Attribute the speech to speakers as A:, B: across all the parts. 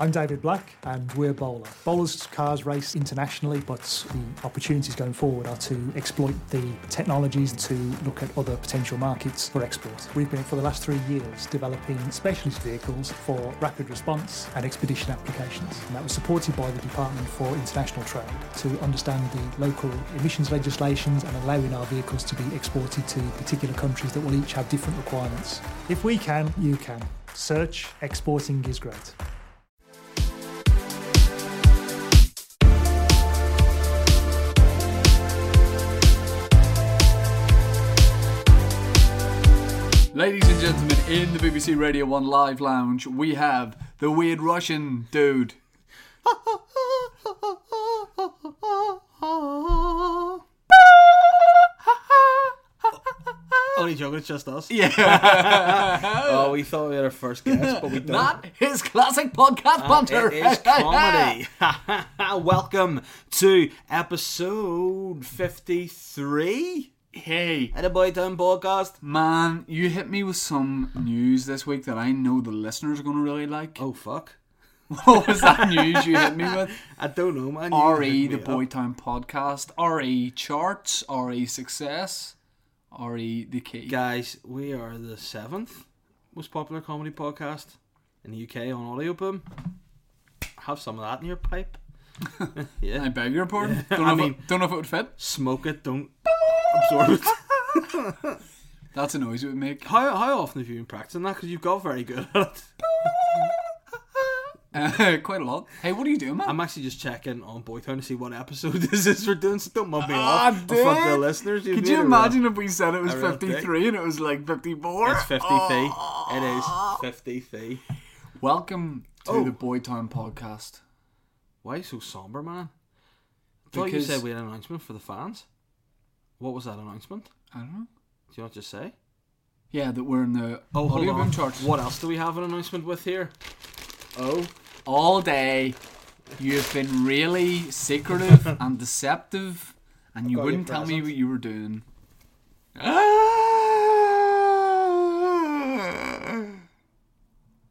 A: I'm David Black, and we're Bowler. Bowler's cars race internationally, but the opportunities going forward are to exploit the technologies to look at other potential markets for export. We've been, for the last three years, developing specialist vehicles for rapid response and expedition applications. And that was supported by the Department for International Trade to understand the local emissions legislations and allowing our vehicles to be exported to particular countries that will each have different requirements. If we can, you can. Search Exporting is Great.
B: Ladies and gentlemen, in the BBC Radio 1 Live Lounge, we have the weird Russian dude.
C: Only joking, it's just us.
B: Yeah.
C: Oh, we thought we had our first guest, but we don't.
B: That is classic podcast banter.
C: Ah, it is comedy. Welcome to episode 53
B: hey,
C: at the Boy Town Podcast.
B: man, you hit me with some news this week that I know the listeners are going to really like.
C: Oh, fuck.
B: What was that news you hit me with?
C: I don't know, man. You
B: RE,
C: hit
B: E, the
C: me up.
B: Boytown podcast, RE charts, RE success, RE the key.
C: Guys, we are the seventh most popular comedy podcast in the UK on Audioboom. Have some of that in your pipe. yeah.
B: I beg your pardon. Don't know,
C: I
B: if
C: mean-
B: it, don't know if it would fit.
C: Smoke it, don't absorb it.
B: That's a noise it would make.
C: How, how often have you been practicing that? Because you've got very good at it.
B: Uh, quite a lot. Hey, what are you doing, man?
C: I'm actually just checking on Boytown to see what episode this is we're doing, so don't mug me
B: Ah,
C: off in front of the
B: dude.
C: listeners.
B: Could
C: made
B: you
C: a real-
B: imagine if we said it was
C: a real dick.
B: 53 and it was like 54?
C: It's 50
B: Oh.
C: fee. It is 50 fee.
B: Welcome to
C: Oh.
B: the Boytown podcast.
C: Why are you so somber, man? I thought
B: Because-
C: you said we had an announcement for the fans. What was that announcement?
B: I don't know.
C: Do you not just say?
B: Yeah, that we're in the
C: Oh, hold
B: audio
C: on.
B: boom charts.
C: What else do we have an announcement with here? Oh,
B: All day, you've been really secretive and deceptive, and you
C: got your
B: wouldn't tell me
C: present.
B: what you were doing. Ah!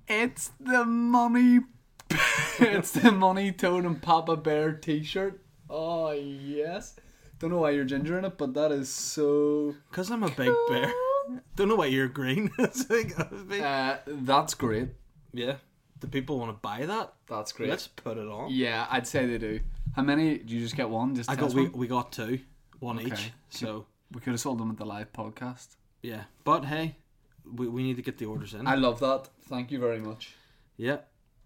B: It's the money. it's the money Toad and Papa Bear T-shirt. Oh yes. Don't know why you're ginger in it, but that is so.
C: because I'm a big bear. Don't know why you're green. It's like-
B: Uh, that's great.
C: yeah. Do people want to buy that?
B: That's great.
C: Let's put it on.
B: Yeah, I'd say they do. How many? Do you just get one? Just
C: I
B: test
C: got we,
B: one?
C: we got two, one each.
B: Okay.
C: So
B: We could have sold them at the live podcast.
C: yeah, but hey, we, we need to get the orders in.
B: I love that. Thank you very much.
C: yeah.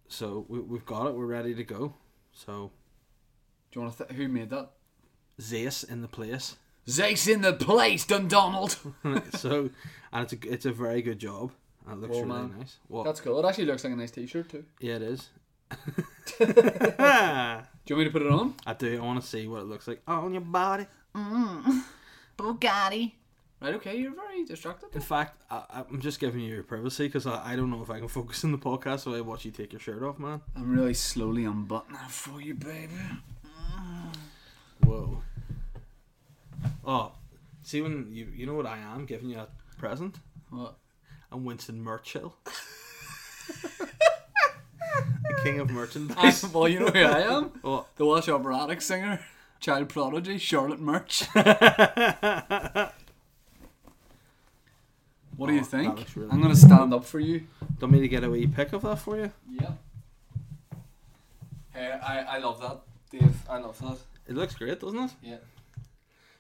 C: So we, we've got it. We're ready to go. So
B: Do you want to? Th- who made that?
C: Zeus in the place.
B: Zeke's in the place, Dundonald.
C: so and it's a it's a very good job. And it looks
B: Well,
C: really
B: man.
C: nice. What?
B: That's cool. It actually looks like a nice T-shirt too.
C: Yeah, it is.
B: Do you want me to put it on?
C: I do. I want to see what it looks like on your body.
B: Bugatti. Right. Okay. You're very distracted.
C: In fact, I, I'm just giving you your privacy because I, I don't know if I can focus on the podcast while I watch you take your shirt off, man.
B: I'm really slowly unbuttoning it for you, baby.
C: Whoa. Oh, see when you you know what I am giving you a present?
B: What?
C: I'm Winston Churchill. the king of
B: I,
C: merchandise. Oh,
B: well, you know who I am.
C: What?
B: The Welsh operatic singer, child prodigy, Charlotte Murch. what do you
C: Oh, that
B: think?
C: looks really
B: I'm gonna stand up for you.
C: Don't mean to get a wee pic of that for you.
B: Yeah. Hey, I, I love that, Dave. I love that.
C: It looks great, doesn't it?
B: Yeah.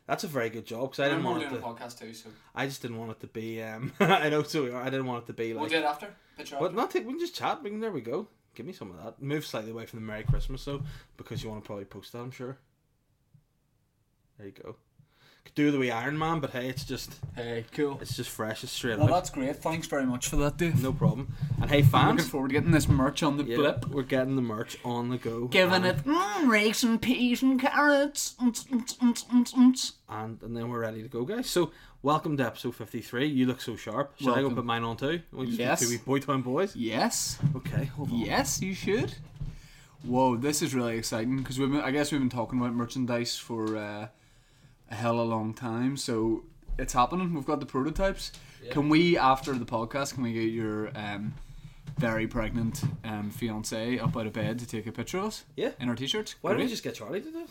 C: That's a very good job because I didn't want it to.
B: podcast too, so
C: I just didn't want it to be. Um, I know so we are. I didn't want it to be like.
B: it after. Picture
C: But not take. We can just chat. We can, there we go. Give me some of that. Move slightly away from the Merry Christmas though, because you want to probably post that. I'm sure. There you go. Could do the wee Iron Man, but hey, it's just
B: Hey, cool.
C: it's just fresh. It's straight
B: Well,
C: out.
B: that's great. Thanks very much for that, Dave.
C: No problem. And hey,
B: I'm looking
C: fans,
B: forward to getting this merch on the
C: yeah,
B: blip.
C: we're getting the merch on the go.
B: Giving
C: and,
B: it mm, rakes and peas and carrots. Mm, mm, mm, mm, mm.
C: and and then we're ready to go, guys. So welcome to episode 53. You look so sharp. Shall I go
B: Welcome.
C: put mine on too? We just be
B: Yes.
C: Two wee boy time boys.
B: Yes.
C: Okay, hold on.
B: Yes, you should. Whoa, this is really exciting because we've been, I guess we've been talking about merchandise for uh, a hell of a long time. So it's happening. We've got the prototypes. Can we after the podcast? Can we get your um, very pregnant um, fiance up out of bed to take a picture of us
C: Yeah.
B: in our t-shirt.
C: Why don't we just get Charlie to do it?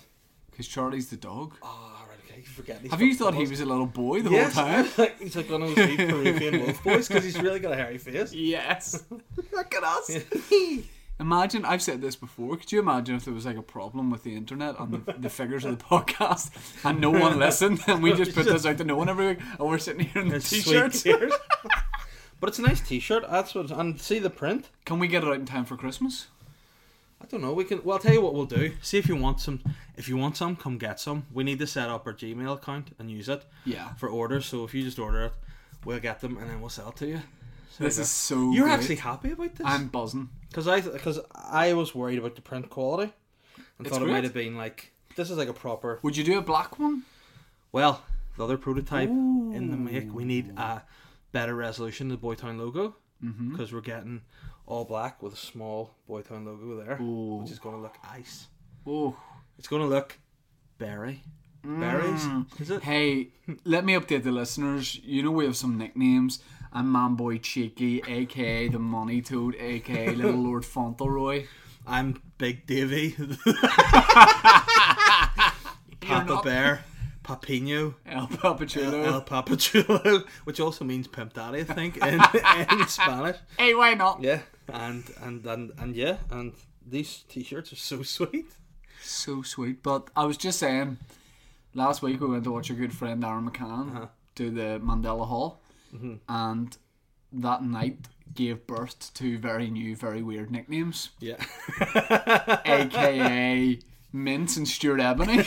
B: Because Charlie's the dog.
C: Oh, right, okay. Forget
B: Have you thought he was a little boy the
C: yes,
B: whole time?
C: like, he's like one of those wee Peruvian wolf boys because he's really got a hairy face.
B: Yes. Look at us.
C: Yeah.
B: Imagine, I've said this before, could you imagine if there was like a problem with the internet and the, the figures of the podcast and no one listened and we just put this out to no one every week and we're sitting here in the
C: It's sweet
B: t-shirts?
C: tears. but it's a nice T-shirt. That's what. And see the print.
B: Can we get it out in time for Christmas?
C: I don't know. We can. Well, I'll tell you what we'll do. See if you want some. If you want some, come get some. We need to set up our Gmail account and use it
B: Yeah.
C: for orders. So if you just order it, we'll get them and then we'll sell it to you. So
B: This
C: there you
B: is so
C: go. You're
B: great.
C: actually happy about this.
B: I'm buzzing.
C: Because I because I was worried about the print quality and
B: It's
C: thought it
B: great.
C: might have been like this is like a proper.
B: Would you do a black one?
C: Well, the other prototype in the make, we need a better resolution than the Boytown logo
B: Mm-hmm.
C: because we're getting all black with a small Boytown logo there,
B: Ooh.
C: which is going to look ice.
B: Oh.
C: It's going to look berry. Berries? Is it?
B: Hey, let me update the listeners. You know we have some nicknames. I'm Manboy Cheeky, aka the Money Toad, aka Little Lord Fauntleroy.
C: I'm Big Davy, Papa
B: not-
C: Bear, Papino.
B: El Papachulo.
C: El Papachulo, which also means pimp daddy, I think, in, in Spanish.
B: hey, why not?
C: Yeah, and and and and yeah, and these t-shirts are so sweet.
B: So sweet. But I was just saying, last week we went to watch our good friend Aaron McCann
C: Uh-huh.
B: do the Mandela Hall,
C: Mm-hmm.
B: and that night gave birth to very new, very weird nicknames,
C: Yeah,
B: aka Mint and Stuart Ebony.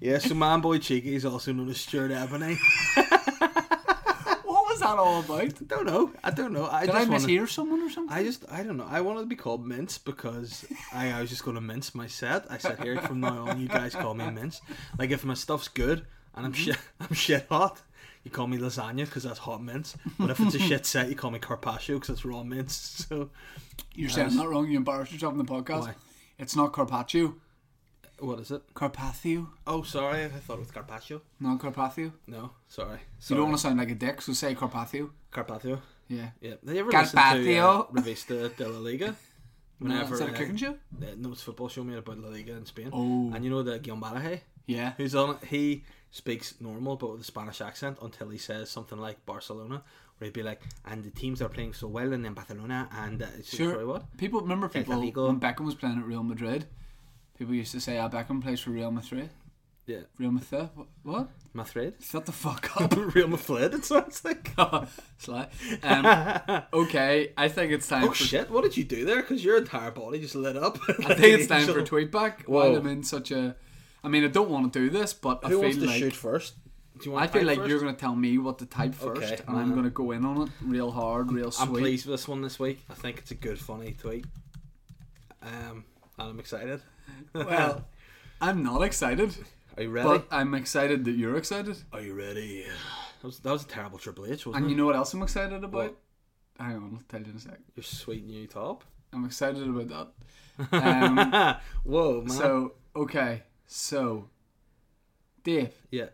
C: yeah. So man, boy, cheeky is also known as Stuart Ebony.
B: what was that all about?
C: I don't know. I don't know. I
B: Did I
C: just want.
B: mishear someone or something?
C: I just, I don't know. I wanted to be called Mince because I, I was just going to mince my set. I said, here from now on, you guys call me Mince. Like if my stuff's good and I'm
B: Mm-hmm.
C: shit, I'm shit hot, you call me lasagna because that's hot mince. But if it's a shit set, you call me carpaccio because that's raw mince. So
B: You're saying that wrong. You embarrassed yourself in the podcast.
C: Why?
B: It's not Carpaccio.
C: what is it?
B: Carpathio.
C: Oh, sorry. I thought it was carpaccio.
B: Not Carpathio.
C: No, sorry.
B: You
C: sorry.
B: don't want to sound like a dick, so say Carpathio.
C: carpaccio.
B: Yeah.
C: Yeah. Have you ever listened to uh,
B: Carpaccio.
C: Revista de la Liga?
B: No, is that a
C: uh,
B: cooking show?
C: uh, no, it's a football show made about La Liga in Spain.
B: Oh.
C: And you know the Guillaume Balaguer?
B: Yeah.
C: who's on it, he speaks normal but with a Spanish accent until he says something like Barcelona, where he'd be like, and the teams are playing so well and then Barcelona and uh, it's
B: Sure.
C: sorry, what?
B: People remember people
C: Atletico.
B: when Beckham was playing at Real Madrid. People used to say, "Ah, Beckham plays for Real Madrid."
C: Yeah,
B: Real Madrid. Wh- What?
C: Madrid.
B: Shut the fuck up.
C: Real Madrid. It sounds like.
B: Sly. Um, okay, I think it's time.
C: Oh
B: for,
C: shit! What did you do there? Because your entire body just lit up.
B: I think it's time for a tweet back. While
C: Whoa.
B: I'm in such a, I mean, I don't want to do this, but I
C: Who wants
B: feel
C: to
B: like
C: shoot first? Do you want?
B: I
C: to
B: feel
C: type
B: like
C: first?
B: you're gonna tell me what to type first,
C: Okay,
B: and I'm
C: uh,
B: gonna go in on it real hard, real
C: I'm
B: sweet.
C: pleased with this one this week. I think it's a good, funny tweet. Um, and I'm excited.
B: Well, I'm not excited,
C: are you ready?
B: but I'm excited that you're excited.
C: Are you ready? That was, that was a terrible Triple H, wasn't
B: And
C: it?
B: you know what else I'm excited about?
C: What?
B: Hang on, I'll tell you in a sec.
C: Your sweet new top.
B: I'm excited about that. Um,
C: Whoa, man.
B: so okay, so Dave,
C: yeah,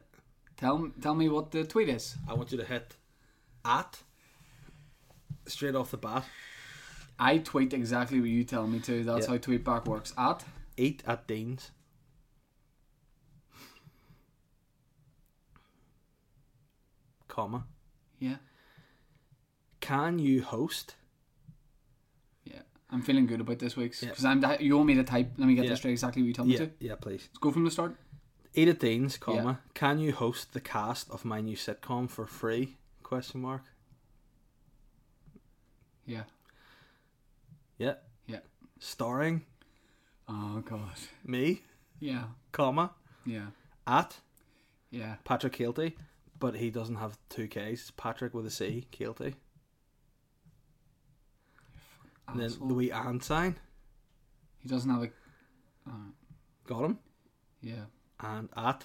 B: tell tell me what the tweet is
C: I want you to hit at straight off the bat.
B: I tweet exactly what you tell me to. That's
C: Yeah.
B: how tweet back works. At
C: Eight at Dean's. Comma.
B: yeah,
C: Can you host?
B: yeah. I'm feeling good about this week's
C: Yeah.
B: because I'm. di- You want me to type? Let me get
C: Yeah.
B: this straight. Exactly what you tell me
C: Yeah,
B: to. Let's
C: yeah, please.
B: go from the start.
C: Eight at Dean's, comma. Can you host the cast of my new sitcom for free? Question mark.
B: Yeah,
C: Yeah.
B: yeah.
C: Starring
B: Oh god.
C: me,
B: Yeah,
C: comma
B: yeah,
C: at
B: yeah.
C: Patrick Keelty, but he doesn't have two Ks. It's Patrick with a C, Keelty. And then
B: Asshole.
C: Louis Ansign,
B: He doesn't have a. Alright.
C: got him.
B: yeah,
C: And at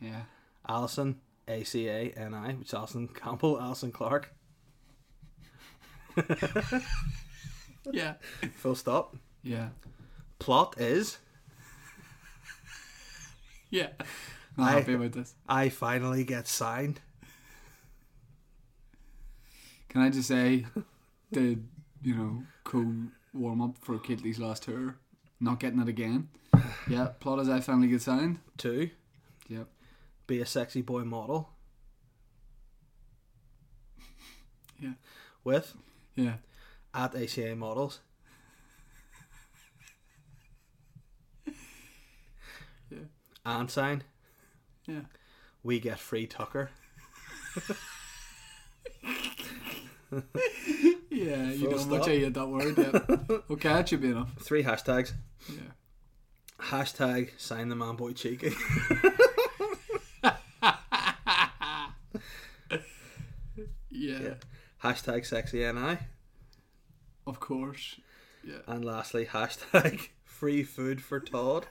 B: yeah.
C: Allison, A C A N I, which is Alison Campbell, Alison Clark.
B: Yeah.
C: Full stop.
B: Yeah.
C: Plot is
B: Yeah. Not
C: I-
B: happy about this.
C: I finally get signed.
B: Can I just say, the you know cool warm up for Kitley's last tour, not getting it again. Yeah, plot as I finally get signed.
C: Two,
B: Yep.
C: be a sexy boy model.
B: Yeah.
C: With
B: Yeah.
C: at ACA models.
B: Yeah.
C: And sign,
B: Yeah.
C: we get free Tucker.
B: Yeah. You
C: Full
B: know much I
C: stop.
B: hate that word. Yep. okay, that should be enough.
C: Three hashtags.
B: Yeah.
C: Hashtag sign the man boy cheeky.
B: Yeah.
C: Yeah. hashtag sexy NI.
B: Of course. Yeah.
C: And lastly, hashtag free food for Todd.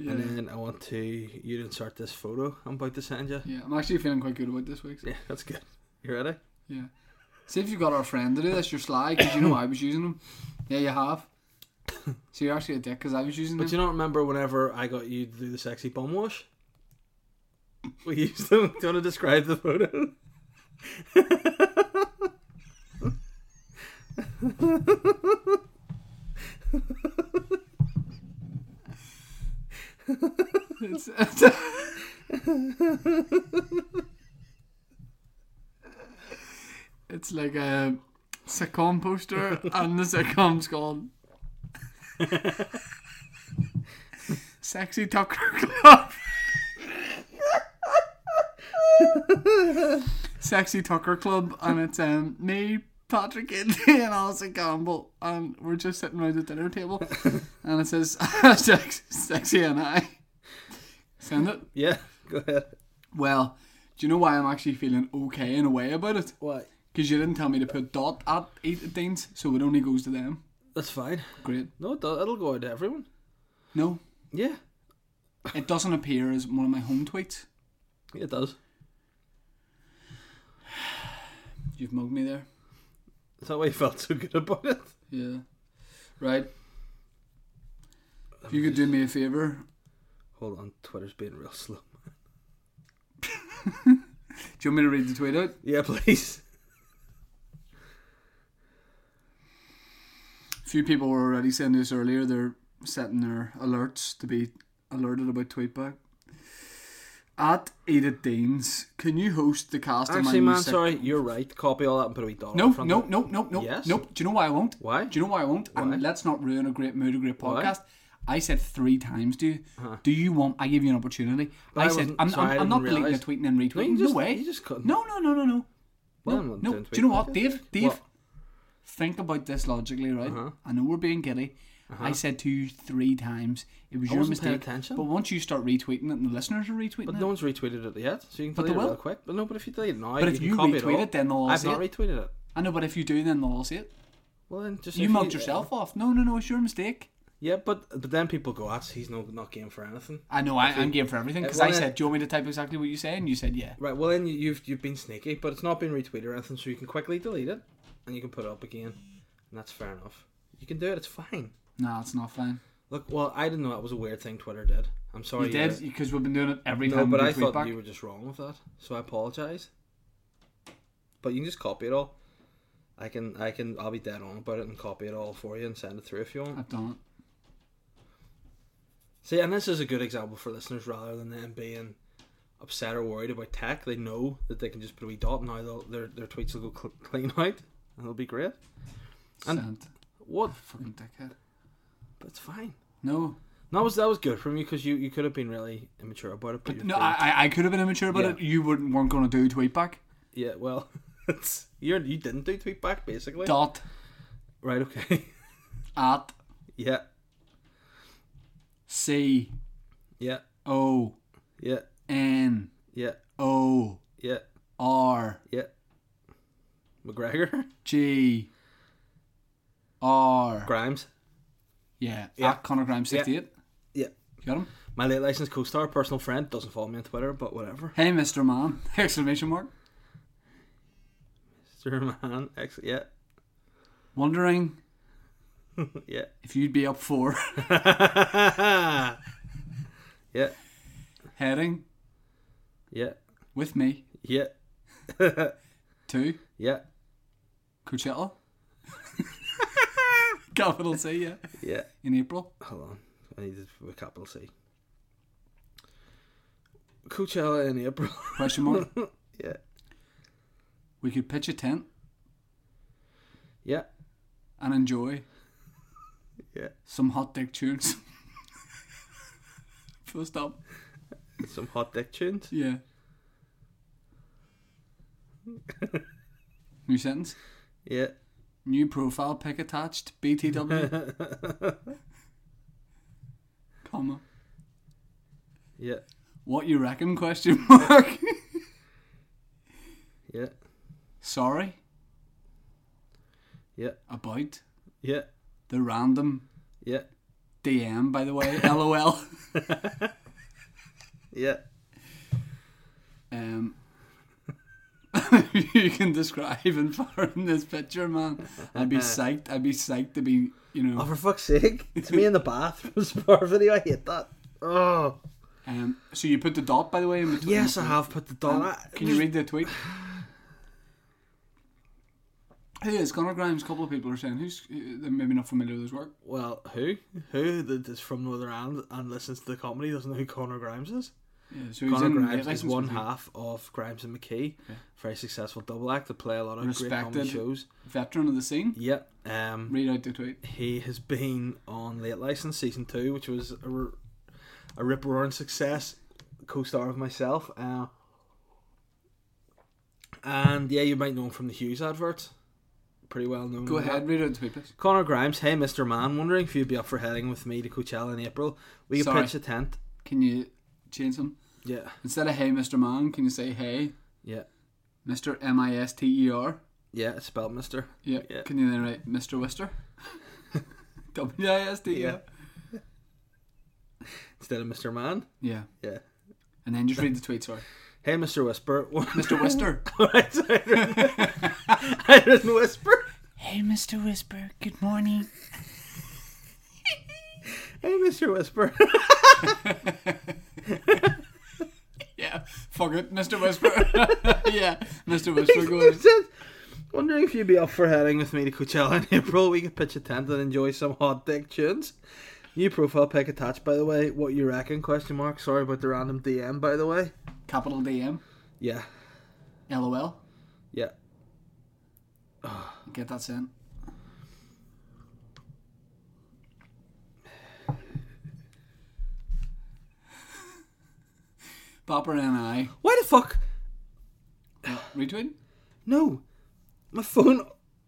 B: Yeah.
C: And then I want to you to insert this photo I'm about to send you.
B: yeah. I'm actually feeling quite good about this week.
C: Yeah, that's good. You ready?
B: Yeah. See if you've got our friend to do this. You're sly because you know I was using them. Yeah, you have. So you're actually a dick because I was using them.
C: But you not remember whenever I got you to do the sexy bum wash? We used them. Do you want to describe the photo?
B: It's- it's- It's like a sitcom poster, and the sitcom's called Sexy Tucker Club. Sexy Tucker Club, and it's um, me, Patrick Indy, and Alison Campbell, and we're just sitting around the dinner table, and it says "Sex- Sexy and I. Send it.
C: Yeah, go ahead.
B: Well, do you know why I'm actually feeling okay in a way about it?
C: Why?
B: Because you didn't tell me to put dot at eight of things, so it only goes to them.
C: That's fine.
B: Great.
C: No, it does. it'll go out to everyone.
B: No,
C: Yeah,
B: it doesn't appear as one of my home tweets.
C: it does.
B: You've mugged me there.
C: Is that why you felt so good about it?
B: Yeah. Right. If you could do me a favour,
C: Hold on, Twitter's being real slow.
B: do you want me to read the tweet out?
C: Yeah, please.
B: few people were already saying this earlier. They're setting their alerts to be alerted about tweetback. At Ada Deans, can you host the cast of my
C: Actually,
B: new
C: man,
B: sitcom?
C: sorry, you're right. Copy all that and put a wee dollar
B: No,
C: in front
B: no,
C: of it.
B: no, no, no,
C: Yes?
B: no. Do you know why I won't?
C: Why?
B: Do you know why I won't?
C: Why?
B: And let's not ruin a great mood, a great
C: Why? Uh-huh.
B: podcast. I said three times, do you? Do you want? I gave you an opportunity.
C: But
B: I,
C: I
B: said,
C: wasn't-
B: I'm,
C: sorry, I
B: I'm, I'm not
C: didn't
B: deleting a tweet and then retweeting.
C: No,
B: No,
C: you just,
B: way.
C: You just couldn't.
B: no, no, no, no, no.
C: Well, I'm
B: no,
C: not
B: no.
C: doing
B: Do you know
C: tweet
B: what,
C: podcasts.
B: Dave? Dave,
C: What? Uh-huh.
B: think about this logically, right? I know we're being giddy. I said to you three times, it was
C: I
B: your
C: wasn't paying
B: mistake.
C: attention.
B: But once you start retweeting it, and the listeners are retweeting
C: But
B: it.
C: no one's retweeted it yet, so you
B: But
C: can delete
B: they
C: it real
B: will.
C: quick. But no, but if you delete it now,
B: But if
C: can
B: you
C: copy
B: retweet
C: all.
B: it, then they'll all
C: I've
B: see
C: not
B: it.
C: retweeted it.
B: I know, but if you do, then they'll all see it.
C: Well, then just
B: You
C: if
B: mugged yourself off. No, no, no. It's your mistake.
C: Yeah, but but then people go, "That's he's no not game for anything."
B: I know. I, I'm game for everything because
C: Well,
B: I
C: then-
B: said, "Do you want me to type exactly what you say?" And you said, "Yeah."
C: Right. Well, then you- you've you've been sneaky, but it's not been retweeted or anything, so you can quickly delete it, and you can put it up again, and that's fair enough. You can do it. It's fine.
B: No, it's not fine.
C: Look, well, I didn't know that was a weird thing Twitter did. I'm sorry.
B: You did because we've been doing it every
C: Oh, No,
B: time.
C: but
B: we do
C: I
B: tweet
C: thought
B: back.
C: you were just wrong with that, so I apologize. But you can just copy it all. I can, I can, I'll be dead on about it and copy it all for you and send it through if you want.
B: I've done
C: See, and this is a good example for listeners rather than them being upset or worried about tech. They know that they can just put a wee dot and now they'll, their their tweets will go cl- clean out, and it'll be great.
B: it.
C: And-
B: Sent.
C: What?
B: Fucking dickhead.
C: But it's fine.
B: No,
C: And that was that was good from you because you, you could have been really immature about it. But, you've
B: no.
C: been-
B: I, I- I could have been immature about
C: Yeah.
B: it. You wouldn't, weren't going to do tweet back.
C: yeah, well, it's you're you didn't do tweet back basically.
B: Dot
C: Right. Okay.
B: at
C: yeah.
B: C
C: Yeah.
B: O
C: Yeah.
B: N
C: Yeah.
B: O
C: Yeah.
B: R
C: Yeah. McGregor.
B: G R.
C: Grimes.
B: Yeah,
C: Yeah.
B: at Connor Grimes
C: Yeah.
B: sixty eight.
C: Yeah.
B: You Got him.
C: My late licensed co-star, personal friend, doesn't follow me on Twitter, but whatever.
B: Hey, Mister Man! Exclamation mark.
C: Sir man, ex- yeah,
B: Wondering
C: yeah,
B: if you'd be up for
C: yeah,
B: heading
C: yeah,
B: with me
C: Yeah.
B: Two,
C: yeah.
B: Coachella. Capital C, yeah.
C: Yeah.
B: In April.
C: Hold on. I need to with capital C. Coachella in April.
B: Question mark.
C: yeah.
B: We could pitch a tent
C: Yeah.
B: and enjoy
C: Yeah.
B: some hot dick tunes. Full stop.
C: Some hot dick tunes.
B: Yeah. New sentence.
C: Yeah.
B: New profile pic attached. BTW. comma.
C: Yeah.
B: What you reckon? Question mark.
C: Yeah.
B: Sorry
C: Yeah.
B: about
C: Yeah.
B: the random
C: Yeah.
B: DM. By the way, lol.
C: Yeah.
B: Um, you can describe and fire in this picture, man. I'd be psyched. I'd be psyched to be, you
C: Oh,
B: know.
C: for fuck's sake. It's me in the bathroom spar video. I hate that. Oh.
B: Um, so you put the dot, by the way, in between.
C: Yes, I have put the
B: Um,
C: dot. I-
B: Can you read the tweet? Who is Conor Grimes? A couple of people are saying who's uh, they're maybe not familiar with his work.
C: Well, who? Who that is from Northern Ireland and listens to the comedy doesn't know who Conor Grimes is?
B: Yeah, so he's
C: Conor
B: in
C: Grimes
B: Late
C: is
B: License,
C: one
B: was he?
C: half of Grimes and McKee. Very successful double act. They play a lot of great comedy
B: Respected.
C: shows.
B: veteran of the scene.
C: Yep. Um,
B: Read out the tweet.
C: he has been on Late License season two, which was a, r- a rip roaring success, co-star of myself. Uh, and yeah, you might know him from the Hughes advert. Pretty well known.
B: Go
C: in that.
B: ahead, read out the tweet, please.
C: Connor Grimes, hey Mr. Man, wondering if you'd be up for heading with me to Coachella in April. We could
B: Sorry.
C: pitch a tent.
B: Can you change them
C: Yeah,
B: instead of "Hey, Mr. Man"? Can you say "Hey,
C: yeah,
B: Mr. M I S T E R"?
C: yeah, it's spelled Mr.
B: Yeah.
C: Yeah.
B: Can you then write Mr. Wister? W I S T. E Yeah.
C: Instead of Mr. Man.
B: Yeah.
C: Yeah.
B: And then just read the tweet. Sorry,
C: Hey Mr. Whisper.
B: Mr. Wister.
C: Alright, so I didn't- I didn't whisper.
B: hey, Mr. Whisper. Good morning.
C: Hey Mr. Whisper.
B: Yeah, fuck it, Mr. Whisper. yeah, Mr. Whisper, go
C: He
B: ahead.
C: said, Wondering if you'd be up for heading with me to Coachella in April. We could pitch a tent and enjoy some hot dick tunes. New profile pic attached, by the way. What you reckon? Question mark. Sorry about the random DM, by the way.
B: Capital DM,
C: Yeah,
B: LOL.
C: yeah.
B: Get that sent. Bopper and I
C: Why the fuck?
B: retweet.
C: No, my phone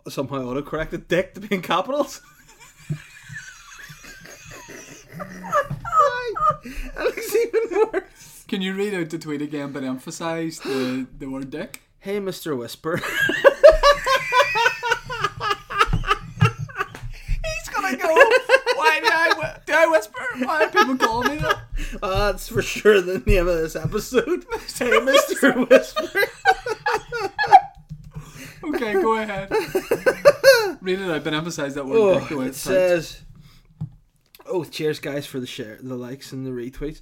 C: somehow autocorrected dick to be in capitals. that looks even worse.
B: Can you read out the tweet again, but emphasize the, the word dick?
C: Hey, Mr. Whisper.
B: He's gonna go. Why do I do I whisper? Why do people call me that?
C: Ah, That's for sure the name of this episode. hey, Mr. Whisper.
B: Okay, go ahead. Read it out, but emphasize that word dick. The
C: Oh,
B: way
C: it
B: it's typed.
C: says. Oh, cheers, guys, for the share, the likes, and the retweets.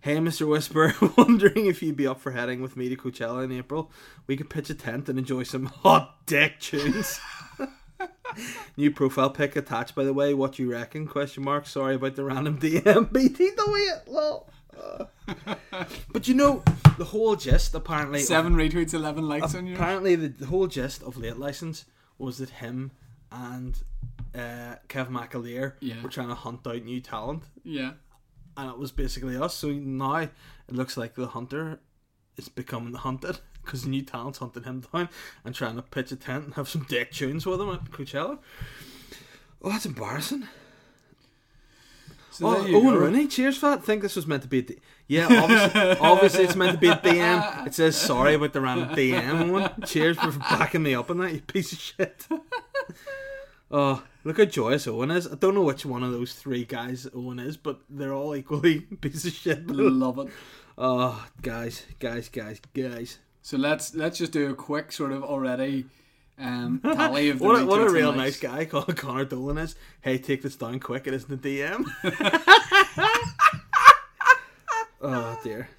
C: Hey, Mr. Whisper, wondering if you'd be up for heading with me to Coachella in April. We could pitch a tent and enjoy some hot dick tunes. New profile pic attached, by the way. What you reckon? Question mark. Sorry about the random DM. BT the way it lol. Uh, But you know the whole gist apparently. of-
B: Seven retweets, eleven likes on you.
C: Apparently, the, the whole gist of late license was that him and uh, Kev McAleer
B: Yeah.
C: were trying to hunt out new talent,
B: Yeah.
C: and it was basically us. So now it looks like the hunter is becoming the hunted because new talent's hunting him down and trying to pitch a tent and have some dick tunes with him at Coachella. Oh, that's embarrassing.
B: So
C: oh,
B: there you
C: Owen
B: go.
C: Rooney, cheers for that. I think this was meant to be a D- Yeah, obviously, obviously it's meant to be a DM. It says sorry about the random DM. Owen. Cheers for backing me up on that, you piece of shit. Oh, look how joyous Owen is. I don't know which one of those three guys Owen is, but they're all equally piece of shit.
B: Love it.
C: Oh, guys, guys, guys, guys.
B: So let's let's just do a quick sort of already um, tally of the
C: What a, what a
B: retweets and
C: real nice
B: likes.
C: guy called Connor Dolan is. Hey, take this down quick. It isn't a DM. oh, dear.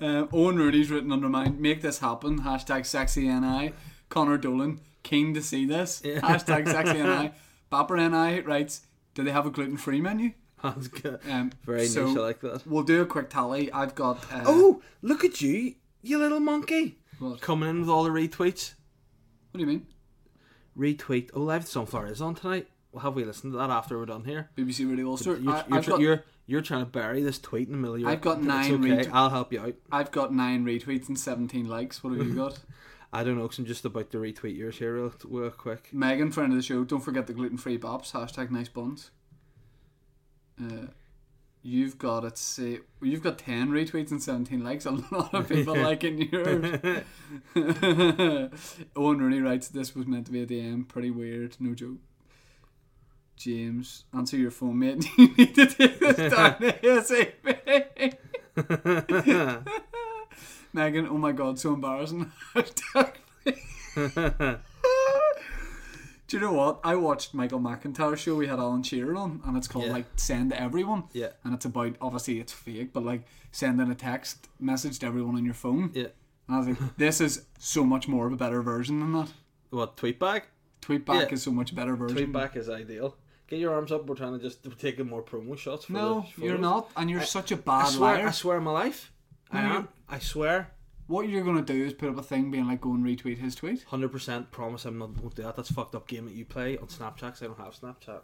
B: Um, Owen Rooney's written under mine. Make this happen. Hashtag sexy ni. Connor Dolan. Keen to see this. Hashtag sexy ni. Bapper ni writes. Do they have a gluten free menu?
C: That's good.
B: Um,
C: Very
B: so
C: niche, I like that.
B: We'll do a quick tally. I've got. Uh,
C: Oh, look at you, you little monkey.
B: What?
C: Coming in with all the retweets.
B: What do you mean?
C: Retweet. Oh, live sunflower is on tonight. Well, have we listened to that after we're done here?
B: BBC Radio Ulster.
C: You're, you're,
B: I, I've,
C: tr-
B: got,
C: you're, you're trying to bury this tweet in the middle of your
B: I've got
C: It's
B: nine
C: okay.
B: retwe-
C: I'll help you out.
B: I've got nine retweets and 17 likes. What have you got?
C: I don't know 'cause I'm just about to retweet yours here real, real quick.
B: Megan, friend of the show, don't forget the gluten free bops. Hashtag nice buns. Uh, you've got it. Say you've got ten retweets and seventeen likes. A lot of people liking yours. Owen Rooney writes, "This was meant to be a DM. Pretty weird. No joke." James, answer your phone, mate. You need to take this down ASAP. Megan, oh my god, so embarrassing. Hashtag Do you know what? I watched Michael McIntyre's show. We had Alan Shearer on, and it's called
C: Yeah.
B: like "Send to Everyone."
C: Yeah.
B: and it's about obviously it's fake, but like sending a text message to everyone on your phone.
C: Yeah.
B: and I was like, this is so much more of a better version than that.
C: What tweet back?
B: Tweet back
C: Yeah.
B: is so much better version.
C: Tweet back is ideal. Get your arms up. We're trying to just we're taking more promo shots. For
B: No,
C: the
B: you're
C: photos.
B: not, and you're such a bad
C: I swear,
B: liar.
C: I swear, on my life. I
B: No,
C: am. I swear,
B: what you're gonna do is put up a thing being like, "Go and retweet his tweet."
C: hundred percent. Promise, I'm not won't do that. That's fucked up game that you play on Snapchat. 'cause I don't have Snapchat.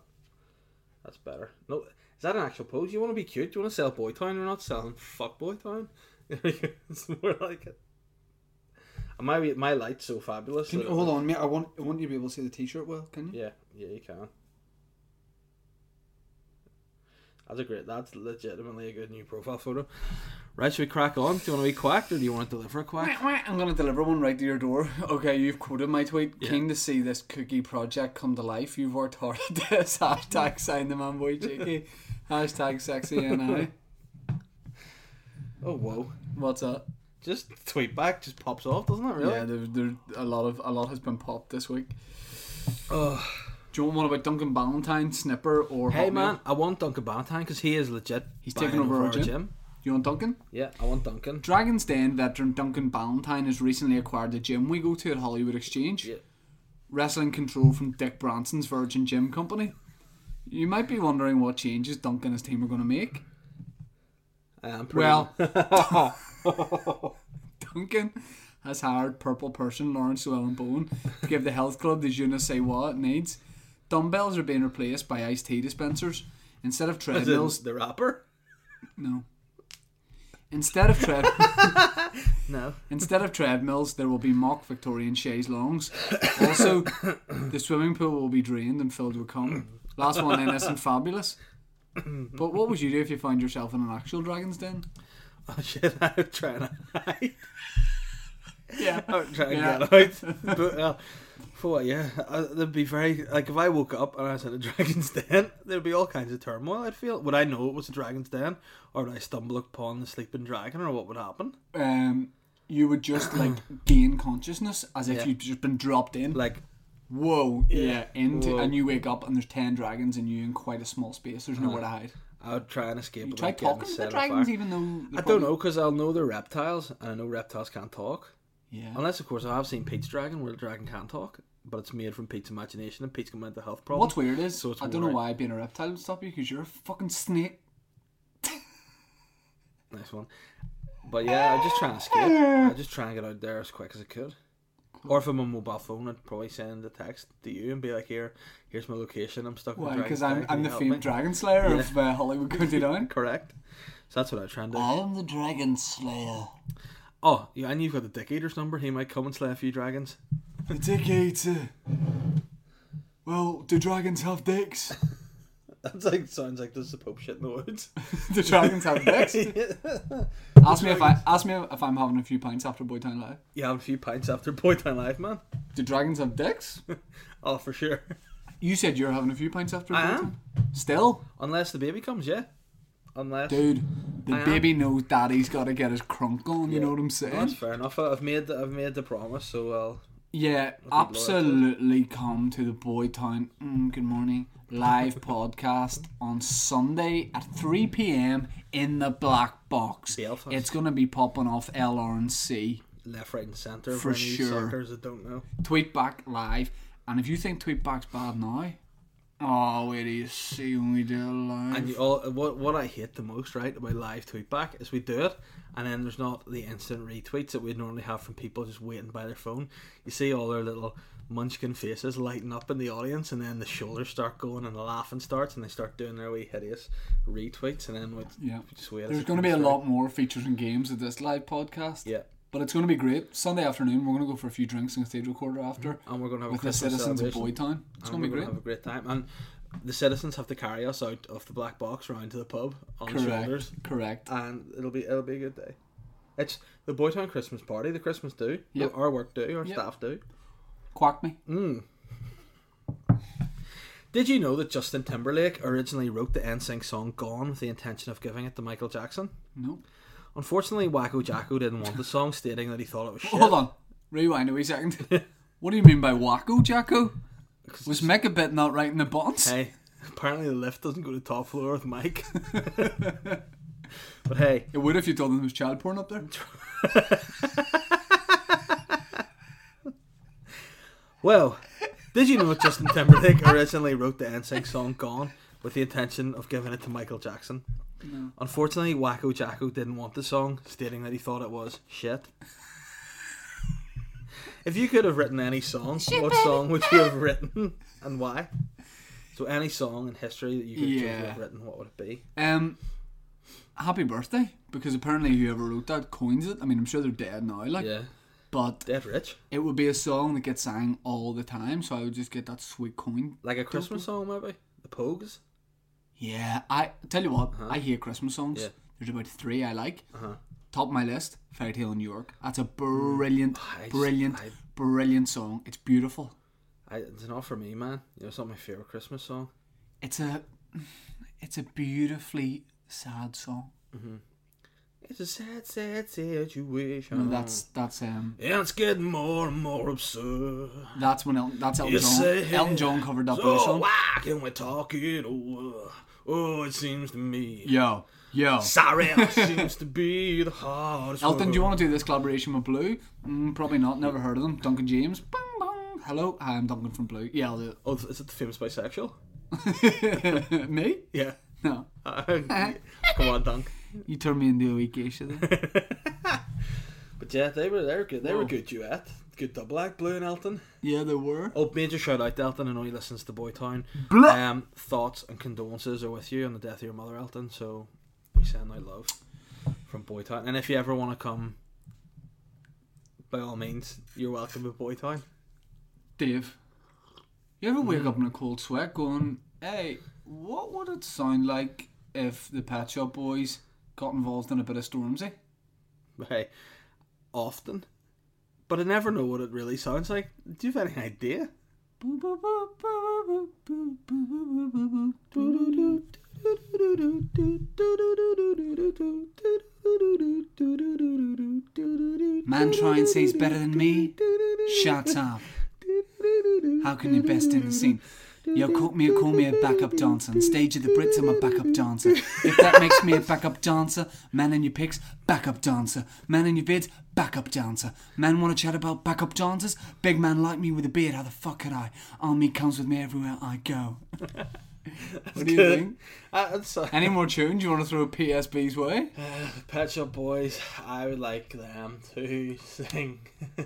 C: That's better. No, is that an actual pose? You want to be cute? Do you want to sell Boy Town? We're not selling fuck Boy Town. it's more like it. And my my light's so fabulous.
B: Can
C: that
B: you,
C: it-
B: hold on, mate. I want I want you to be able to see the T-shirt well. Can you?
C: Yeah, yeah, you can. That's a great. That's legitimately a good new profile photo. Right, should we crack on? Do you want to be quacked or do you want to deliver a quack?
B: Wah, wah, I'm gonna deliver one right to your door. Okay, you've quoted my tweet. Keen to see this cookie project come to life. You've worked hard at this. Hashtag sign the man boy cheeky. Hashtag sexy NI.
C: Oh whoa!
B: What's up?
C: Just tweet back. Just pops off, doesn't it? Really?
B: Yeah, there, there a lot of a lot has been popped this week.
C: Ugh.
B: Do you want one about Duncan Ballantyne, Snipper, or
C: Hey
B: Hotmail?
C: man, I want Duncan Bantan because he is legit.
B: He's
C: buying
B: taken over our gym. You want Duncan?
C: Yeah, I want Duncan.
B: Dragon's Den veteran Duncan Ballantyne has recently acquired the gym we go to at Hollywood Exchange.
C: Yeah.
B: Wrestling control from Dick Branson's Virgin Gym Company. You might be wondering what changes Duncan and his team are going to make.
C: I am Uh, pretty-
B: Well, Duncan has hired purple person Lawrence Llewellyn Bowen to give the health club the je ne sais what it needs. Dumbbells are being replaced by iced tea dispensers instead of
C: As in
B: treadmills.
C: the rapper.
B: No. Instead of tread,
C: No.
B: instead of treadmills, there will be mock Victorian chaise longs. Also, the swimming pool will be drained and filled with cum. Last one, innocent, fabulous. But what would you do if you found yourself in an actual dragon's den?
C: Oh shit! I'm trying to hide.
B: Yeah.
C: I'm trying
B: Yeah.
C: to get out. But uh, for what, yeah, uh, there'd be very like if I woke up and I was in a dragon's den, there'd be all kinds of turmoil. I'd feel. Would I know it was a dragon's den, or would I stumble upon the sleeping dragon, or what would happen?
B: um, you would just like gain consciousness as if
C: Yeah.
B: you've just been dropped in.
C: Like,
B: whoa, yeah, into
C: Whoa.
B: and you wake up and there's ten dragons and you in quite a small space. There's nowhere to
C: Uh-huh.
B: hide.
C: I would try and escape.
B: You
C: without
B: try
C: getting
B: talking to the
C: set
B: dragons,
C: afire.
B: even though
C: I
B: they're
C: don't know because I'll know they're reptiles, and I know reptiles can't talk.
B: Yeah.
C: Unless, of course, I have seen Pete's dragon, where the dragon can talk, but it's made from Pete's imagination, and Pete's got mental health
B: What's
C: problems.
B: weird is
C: So it's
B: I don't know
C: more-
B: why being a reptile would stop you because you're a fucking snake.
C: Nice one. But yeah, I just try and escape. I just try and get out there as quick as I could. Or if I'm on mobile phone, I'd probably send a text to you and be like, "Here, here's my location. I'm stuck."
B: Why?
C: with
B: Because I'm,
C: Dragon's Den,
B: I'm
C: can you
B: the
C: help
B: famed
C: me?"
B: dragon slayer of uh, Hollywood County Down.
C: Correct. So that's what I try and do.
B: I'm the dragon slayer.
C: Oh, yeah, and you've got the Dick Eater's number. He might come and slay a few dragons.
B: The dick eater. Well, do dragons have dicks?
C: That's like sounds like there's the Pope shit in the woods.
B: do dragons have dicks? ask me if I ask me if I'm having a few pints after Boytown Live.
C: you have a few pints after Boytown Life, man.
B: Do dragons have dicks?
C: Oh, for sure.
B: You said you're having a few pints after
C: I
B: Boytown.
C: am.
B: Still,
C: Unless the baby comes, yeah. Unless.
B: dude, the
C: I am.
B: baby knows daddy's got to get his crunk on. You know what I'm saying?
C: No, that's fair enough. I- I've made the, I've made the promise, so I'll.
B: Yeah, absolutely. Come to the boy town. Mm, good morning. live podcast on Sunday at 3 p.m. in the Black Box.
C: Belfast.
B: It's going to be popping off LRNC.
C: Left, right, and centre.
B: For
C: any
B: sure.
C: Sectors that don't know.
B: Tweet back live. And if you think tweet back's bad now, oh, wait till you see when we do it live.
C: And you all, what what I hate the most, right, about live tweet back is we do it, and then there's not the instant retweets that we normally have from people just waiting by their phone. You see all their little munchkin faces lighting up in the audience, and then the shoulders start going, and the laughing starts, and they start doing their wee hideous retweets, and then we
B: Yeah.
C: we just wait. as
B: There's
C: it
B: going to be a
C: comes through.
B: lot more features and games at this live podcast.
C: Yeah,
B: But it's going to be great. Sunday afternoon, we're going to go for a few drinks in Cathedral Quarter after
C: and we're gonna have
B: with
C: a
B: the
C: Christmas
B: citizens of
C: celebration.
B: Boytown. It's
C: and
B: going to be
C: we're
B: great.
C: Have a great time, and the citizens have to carry us out of the black box round to the pub on shoulders.
B: Correct. Correct.
C: and it'll be it'll be a good day. It's the Boytown Christmas party, the Christmas do,
B: Yep.
C: our work do, our
B: Yep.
C: staff do.
B: Quack me.
C: Mm. Did you know that Justin Timberlake originally wrote the NSYNC song "Gone" with the intention of giving it to Michael Jackson?
B: No.
C: Unfortunately, Wacko Jacko didn't want the song, stating that he thought it was shit.
B: Oh, Hold on. Rewind a wee second. what do you mean by Wacko Jacko?
C: 'Cause
B: Was Megabit not writing the bonds?
C: Hey, apparently the lift doesn't go to top floor with Mike. but hey,
B: It would if you told them there was child porn up there.
C: Well, did you know that Justin Timberlake originally wrote the NSYNC song "Gone" with the intention of giving it to Michael Jackson?
B: No.
C: Unfortunately, Wacko Jacko didn't want the song, stating that he thought it was shit. If you could have written any song, what song would you have written and why? So, any song in history that you could have chosen to
B: Yeah.
C: have written, what would it be?
B: Um, happy birthday. Because apparently whoever wrote that coins it. I mean, I'm sure they're dead now. Like,
C: Yeah,
B: But
C: Dead Rich,
B: it would be a song that gets sang all the time. So I would just get that sweet coin
C: like a Christmas song, maybe. The Pogues.
B: Yeah, I tell you what, I hear Christmas songs.
C: Uh-huh. Yeah. Uh-huh.
B: There's about three I like. Top of my list, Fairy Tale in New York. That's a brilliant,
C: Mm. I just-
B: brilliant,
C: I-
B: brilliant song. It's beautiful.
C: I, it's not for me, man. You know, it's not my favorite Christmas song.
B: It's a, it's a beautifully sad song.
C: It's a sad, sad situation.
B: No, Mm, that's that's um
C: And it's getting more and more absurd.
B: that's when El- that's Elton
C: You
B: John.
C: say
B: Elton John covered that blue
C: So
B: song.
C: why can we talk it over? Oh, it seems to me.
B: Yo, yo.
C: Sorry, it seems to be the hardest.
B: Elton, do you want to do this collaboration with Blue? Mm, probably not. Never heard of them. Duncan James. Bang, bang. Hello, hi, I'm Duncan from Blue. Yeah, I'll do
C: Oh, is it the famous bisexual?
B: it. Me?
C: Yeah. Uh,
B: No.
C: Come on, Dunk.
B: You turned me into a weak geisha there.
C: But yeah, they were they were good. They were
B: Whoa.
C: good duet. Good double act, Blue and Elton.
B: yeah, there were. Uh,
C: Oh, major shout out to Elton. I know he listens to Boytown.
B: Blah.
C: Um, thoughts and condolences are with you on the death of your mother, Elton. So we send out love from Boytown. And if you ever want to come, by all means, you're welcome to Boytown.
B: Dave, you ever wake up in a cold sweat going, hey, what would it sound like if the Pet Shop Boys got involved in a bit of Stormzy?
C: Hey, often. But I never know what it really sounds like. Do you have any idea?
B: Man try and says better than me? Shut up. How can you best in the scene? Yo, call me, call me a backup dancer. On stage of the Brits, I'm a backup dancer. If that makes me a backup dancer, man in your pics, backup dancer. Man in your bids, backup dancer. Man want to chat about backup dancers? Big man like me with a beard, how the fuck could I? Army comes with me everywhere I go. what do you think?
C: Uh, it's, uh,
B: Any more tunes you want to throw PSB's way?
C: Pet Shop Boys, I would like them to sing.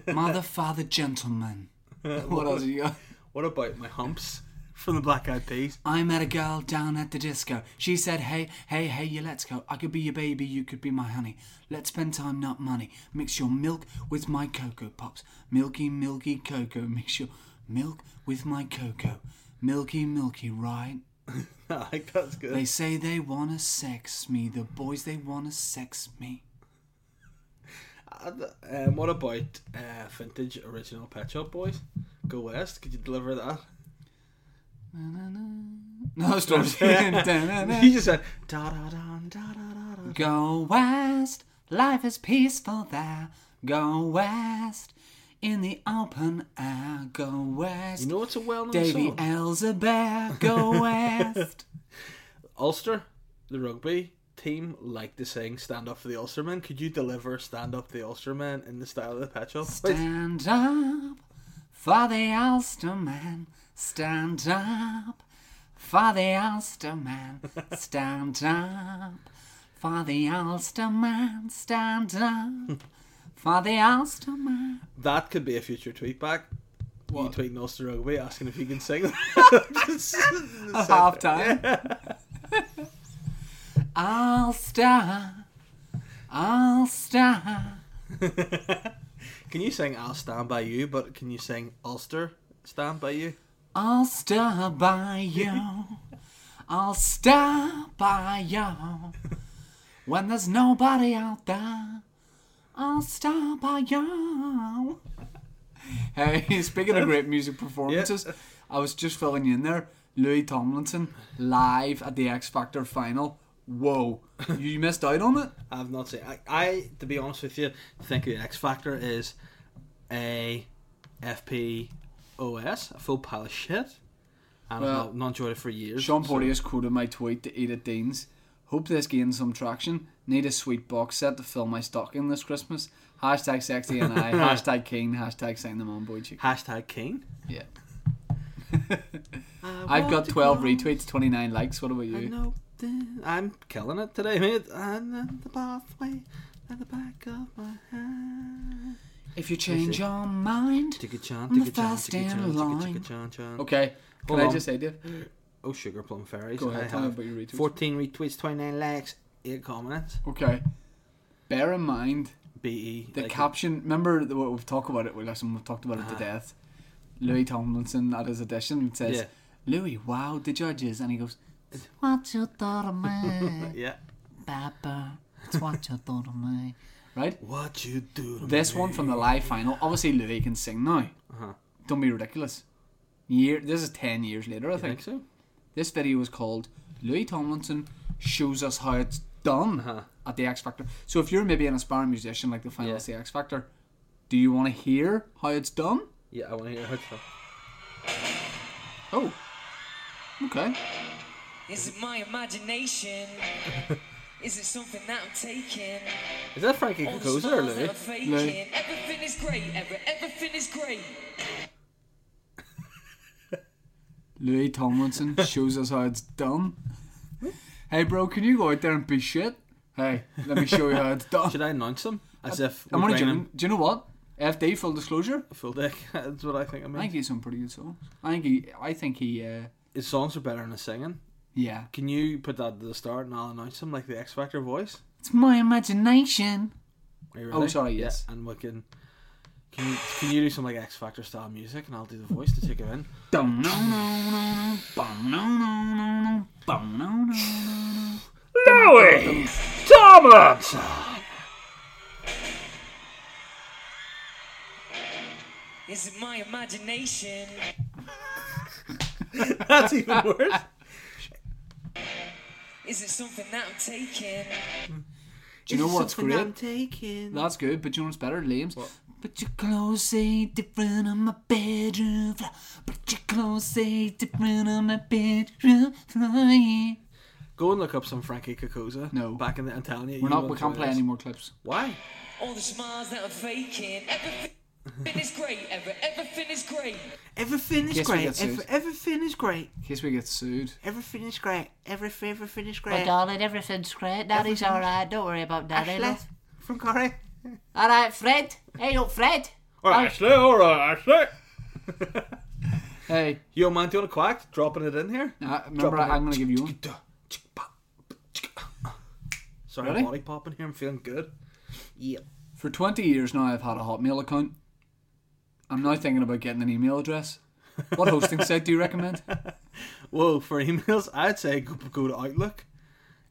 B: Mother, father, gentleman. What else you got?
C: What about my humps from the Black Eyed Peas?
B: I met a girl down at the disco. She said, Hey, hey, hey, you let's go. I could be your baby, you could be my honey. Let's spend time, not money. Mix your milk with my cocoa pops. Milky, milky cocoa. Mix your milk with my cocoa. Milky, milky, right?
C: I like that's good.
B: They say they wanna sex me. The boys, they wanna sex me.
C: And, um, what about uh, vintage original Pet Shop Boys? Go West, could you deliver that?
B: No, stop.
C: he just said da da da da da da. da.
B: Go west, life is peaceful there. Go west, In the open air, go west.
C: You know it's a well-known
B: Davy
C: song.
B: L's a bear, go west.
C: Ulster, the rugby team, like to sing "Stand Up for the Ulstermen." Could you deliver "Stand Up for the Ulstermen" in the style of the Pet Shop?
B: Stand up for the Ulsterman. Stand up for the Ulsterman. Stand up for the Ulsterman. Stand up for the Ulsterman.
C: That could be a future tweet back.
B: What?
C: You tweeting Ulster rugby, asking if you can sing.
B: At half time. Ulster. Ulster.
C: Can you sing "I'll Stand by You"? But can you sing "Ulster Stand by You"?
B: I'll stop by you. I'll stop by you. When there's nobody out there, I'll stop by you. Hey, speaking of great music performances, I was just filling you in there. Louis Tomlinson live at the X Factor final. Whoa, you missed out on it.
C: I've not seen. I, I, to be honest with you, think the X Factor is a FPOS, a full pile of shit, and
B: Well,
C: I've not, not enjoyed it for years.
B: Sean
C: so-
B: Porteous quoted my tweet to Edith Deans. Hope this gains some traction. Need a sweet box set to fill my stocking this Christmas. Hashtag sexy and I. hashtag keen. Hashtag sign them on boy chick.
C: Hashtag King.
B: Yeah.
C: Uh,
B: I've got 12 retweets, 29 likes. What about you?
C: No, I'm killing it today, mate. And then the pathway at the back of my hand.
B: If you change your mind.
C: Take a chan,
B: I'm
C: take a
B: the
C: chan,
B: first
C: take a
B: in
C: chan, take a- take
B: line. Oh.
C: a chan, chan.
B: Okay. Can
C: Hold
B: I
C: on.
B: just say, Dave?
C: Oh, sugar plum fairies.
B: Go
C: I
B: ahead, tell me
C: have
B: about your retweets.
C: 14 retweets, 29 likes, 8 comments.
B: Okay. Bear in mind
C: BE.
B: the
C: like
B: caption. Remember the, what we've talked about it. Well, listen, we've talked about it to
C: Uh-huh.
B: death. Louis Tomlinson at his audition says,
C: Yeah.
B: "Louis, wow, the judges," and he goes, "It's what you thought of me,
C: Yeah.
B: Papa? It's what you thought of me." Right.
C: What you do to
B: This
C: me?
B: one from the live final. Obviously, Louis can sing now.
C: Uh-huh.
B: Don't be ridiculous. Year. This is ten years later, I
C: I think
B: think.
C: so.
B: This video is called Louis Tomlinson shows us how it's done
C: Uh-huh.
B: at the X Factor. So if you're maybe an aspiring musician like the finalist
C: Yeah.
B: of the X Factor, do you want to hear how it's done?
C: Yeah, I want to hear it. so.
B: Oh, okay.
D: Is it my imagination? Is it something that I'm taking?
C: Is that Frankie
B: Oh,
D: All the
C: Kokoza or
D: smiles that
C: Louis?
D: I'm faking.
B: Louis.
D: Everything is great, ever, everything is great.
B: Louis Tomlinson shows us how it's done. Hey, bro, can you go out there and be shit? Hey, let me show you how it's done.
C: Should I announce him? As if
B: I'm
C: we're
B: only
C: bringing
B: joking. Do you know what? FD, full disclosure.
C: him full dick. That's what I think I
B: I think
C: mean.
B: he's some pretty good songs. I think he, I think he, uh,
C: His songs are better than his singing.
B: yeah.
C: Can you put that to the start and I'll announce him like the X Factor voice?
B: It's my imagination.
C: Are you
B: Oh,
C: ready?
B: sorry, yes.
C: Yeah, and we can. Can you, can you do some like X Factor style music and I'll do the voice to take it in?
B: Dum no no no no, bum no no no no, bum no no no no.
C: Thomas!
D: Is it my imagination?
C: That's even worse.
D: Is it something that I'm taking?
B: Do you know what's great?
C: taking.
B: That's good, but you know what's better? Liam's. But your clothes ain't different on my bedroom floor. But your clothes ain't different on my bedroom floor. yeah.
C: Go and look up some Frankie Kokoza.
B: No.
C: Back in the. I'm telling you.
B: We're
C: you
B: not.
C: will
B: We can't
C: enjoy
B: play
C: this.
B: any more clips.
C: Why?
D: All the smiles that I'm faking. Everything is great, ever, everything is great.
E: Everything is
B: Yes, we
E: great.
B: get sued.
E: Ev- everything is great.
B: In case we get sued.
E: Everything is great. Everything, everything is
F: Oh,
E: great.
F: darling, everything's great. Daddy's all right. Don't worry about Daddy.
E: Ashley
F: love.
E: from Corrie.
F: All right, Fred. Hey, look, Fred.
C: Ashley, alright, Ashley.
B: Hey,
C: Yo, man, do you want a quack? Dropping it in here.
B: uh, remember I, I'm gonna give you one.
C: Sorry,
B: Ready?
C: body popping here. I'm feeling good.
B: For 20 years now, I've had a Hotmail account. I'm now thinking about getting an email address. What hosting site do you recommend?
C: Whoa, for emails, I'd say go, go to Outlook.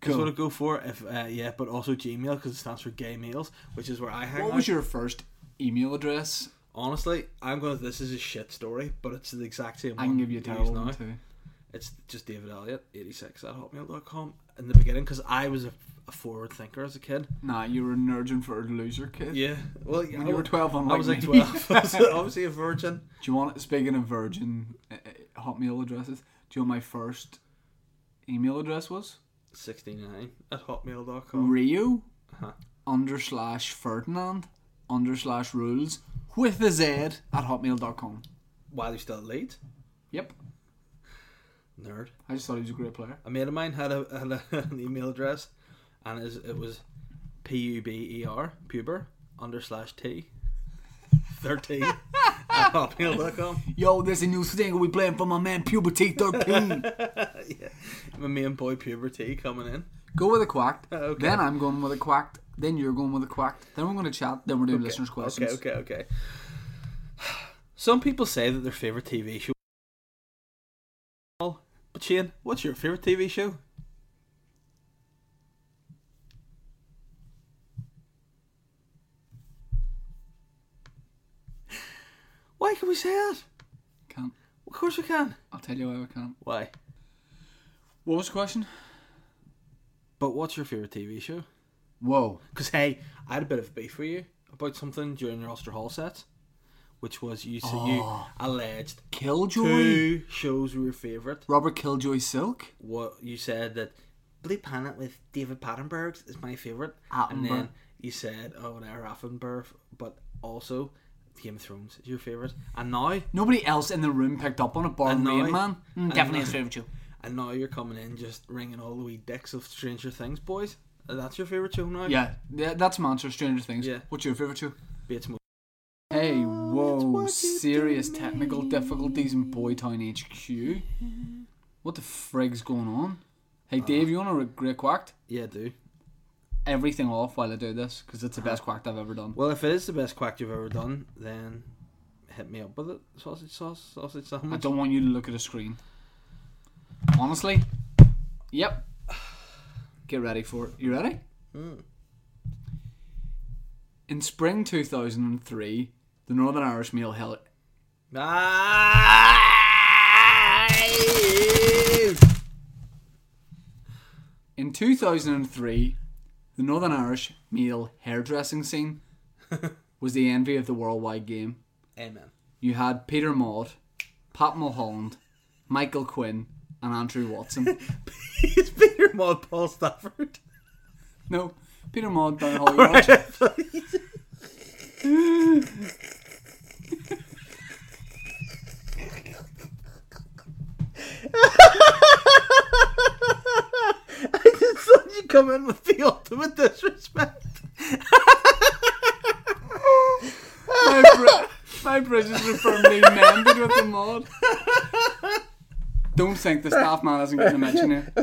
C: That's what
B: Cool.
C: I'd go for. If uh, yeah, but also Gmail because it stands for gay meals, which is where I hang
B: What
C: out.
B: was your first email address?
C: Honestly, I'm going. to This is a shit story, but it's the exact same.
B: I can
C: one
B: give you a
C: to use
B: terrible
C: now.
B: one too.
C: It's just David Elliott, 86 at hotmail.com in the beginning because I was a, a forward thinker as a kid.
B: Nah, you were nerding for a loser kid.
C: Yeah. Well, yeah,
B: When
C: I
B: you were
C: was-
B: 12,
C: I
B: unlike
C: was like
B: me.
C: 12. I was obviously a virgin.
B: Do you want, speaking of Virgin uh, uh, Hotmail addresses, do you know what my first email address was?
C: 69 at hotmail.com.
B: Rio
C: Uh-huh.
B: under slash Ferdinand under slash rules with a Z at hotmail.com.
C: While you still late?
B: Yep.
C: Nerd.
B: I just thought he was a great player.
C: A mate of mine had a had a, an email address, and it was, it was p u b e r puber under slash t thirteen at hotmail.com.
B: Yo, there's a new thing we playing for my man Puberty 13.
C: My main boy puberty coming in.
B: Go with a quacked.
C: Okay.
B: Then I'm going with a quacked. Then you're going with a quacked. Then we're going to chat. Then we're doing
C: Okay,
B: listeners' questions.
C: Okay, okay, okay. Some people say that their favorite TV show. But Shane, what's your favorite TV show? Why can we say that?
B: Can't.
C: Of course we can.
B: I'll tell you why I can't.
C: Why?
B: What was the question?
C: But what's your favorite TV show?
B: Whoa.
C: Because hey, I had a bit of beef for you about something during your Ulster Hall set, which was you so you alleged
B: Killjoy?
C: two shows were your favourite.
B: Robert Killjoy Silk?
C: What you said that Blue Planet with David Pattenberg is my favourite, and then
B: Attenborough.
C: you said oh whatever Attenborough, but also Game of Thrones is your favourite, and now
B: Nobody else in the room picked up on it, bar
C: And
B: Rain
C: I-
B: Man. Mm,
C: and
B: definitely
C: I-
B: his favourite show.
C: and now you're coming in just ringing all the wee dicks of Stranger Things boys. That's your favourite show now.
B: Yeah, yeah, that's Manchester Stranger Things.
C: Yeah.
B: What's your favourite show?
C: Bates Mo-
B: Hey, whoa, serious technical difficulties in Boytown HQ. What the frig's going on? Hey, Dave, you want to great quacked?
C: Yeah, do.
B: Everything off while I do this, because it's the best quacked I've ever done.
C: Well, if it is the best quack you've ever done, then hit me up with it. Sausage sauce, sausage
B: I
C: sandwich.
B: don't want you to look at a screen. Honestly? Yep. Get ready for it. You ready? In spring 2003, the Northern Irish Mail held.
C: Nice!
B: In 2003, the Northern Irish male hairdressing scene was the envy of the worldwide game.
C: Amen.
B: You had Peter Maud, Pat Mulholland, Michael Quinn, and Andrew Watson.
C: It's Peter Maud Paul Stafford.
B: no, Peter Maud, Don Hollywood.
C: I just thought you come in with the ultimate disrespect.
B: my, bri- my bridges are firmly mended with the mod. Don't think the staff man isn't getting a mention here.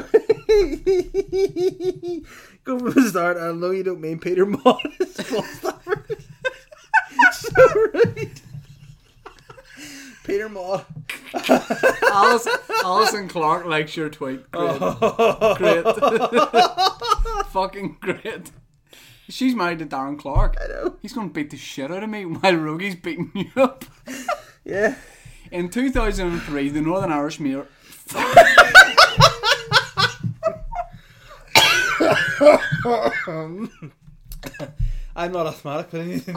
C: Go from the start. I know you don't mean Peter Maud. It's Paul Stafford. so rude. Peter Maud.
B: Alice, Alison Clark likes your tweet. Great. Great. Fucking great. She's married to Darren Clark. I know. He's going to beat the shit out of me while Roogie's beating you up.
C: Yeah.
B: In 2003, the Northern Irish Mayor.
C: I'm not asthmatic, but I need to-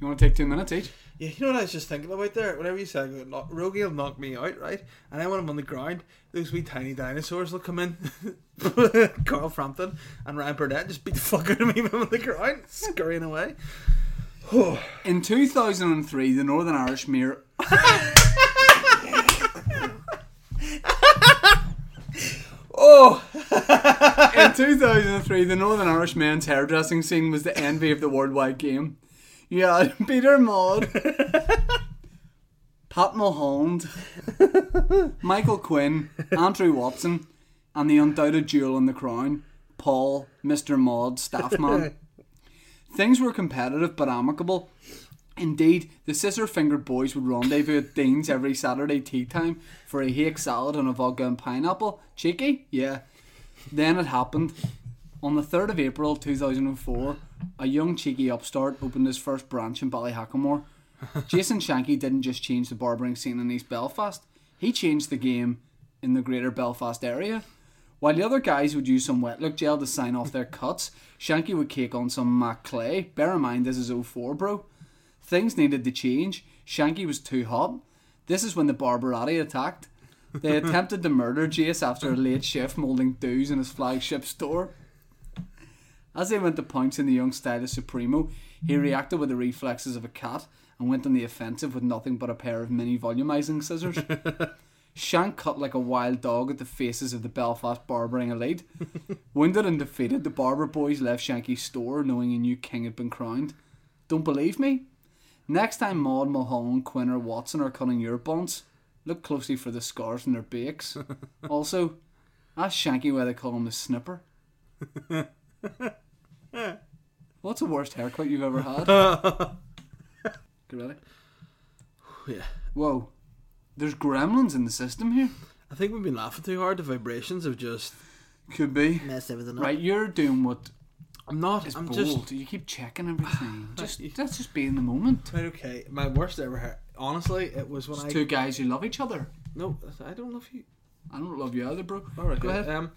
B: You want to take two minutes each?
C: Yeah, you know what I was just thinking about there? Whenever you said about knock, Rogie will knock me out, right? And then when I'm on the ground, those wee tiny dinosaurs will come in. Carl Frampton and Ryan Burnett just beat the fuck out of me when I'm on the ground, scurrying away. Oh,
B: In 2003, the Northern Irish Mayor.
C: Oh!
B: In 2003, the Northern Irish men's hairdressing scene was the envy of the worldwide game. You had Peter Maud, Pat Mulholland, Michael Quinn, Andrew Watson, and the undoubted jewel in the crown, Paul, Mr. Maud, Staffman. Things were competitive but amicable. Indeed, the scissor fingered boys would rendezvous at Dean's every Saturday tea time for a hake salad and a vodka and pineapple. Cheeky? Yeah. Then it happened. On the 3rd of April 2004, a young cheeky upstart opened his first branch in Ballyhackamore. Jason Shanky didn't just change the barbering scene in East Belfast, he changed the game in the greater Belfast area. While the other guys would use some wet look gel to sign off their cuts, Shanky would cake on some Mac Clay. Bear in mind, this is 04, bro. Things needed to change. Shanky was too hot. This is when the Barbarati attacked. They attempted to murder Jace after a late shift moulding dues in his flagship store. As they went to pounce in the young stylist Supremo, he reacted with the reflexes of a cat and went on the offensive with nothing but a pair of mini volumizing scissors. Shank cut like a wild dog at the faces of the Belfast barbering elite. Wounded and defeated, the barber boys left Shanky's store knowing a new king had been crowned. Don't believe me? Next time Maud Mulholland, Quinn, or Watson are cutting your buns, look closely for the scars in their bakes. also, ask Shanky why they call him the snipper. What's the worst haircut you've ever had? Get ready?
C: Yeah.
B: Whoa. There's gremlins in the system here.
C: I think we've been laughing too hard. The vibrations have just.
B: Could be.
G: Messed everything up.
B: Right, you're doing what
C: I'm not.
B: is
C: I'm
B: bold.
C: just.
B: You keep checking everything. just let's just be in the moment.
C: Right, okay. My worst ever. hair- Honestly, it was when I.
B: It's two guys who love each other.
C: No, I don't love you.
B: I don't love you either, bro.
C: All right,
B: Go
C: good.
B: ahead.
C: Um,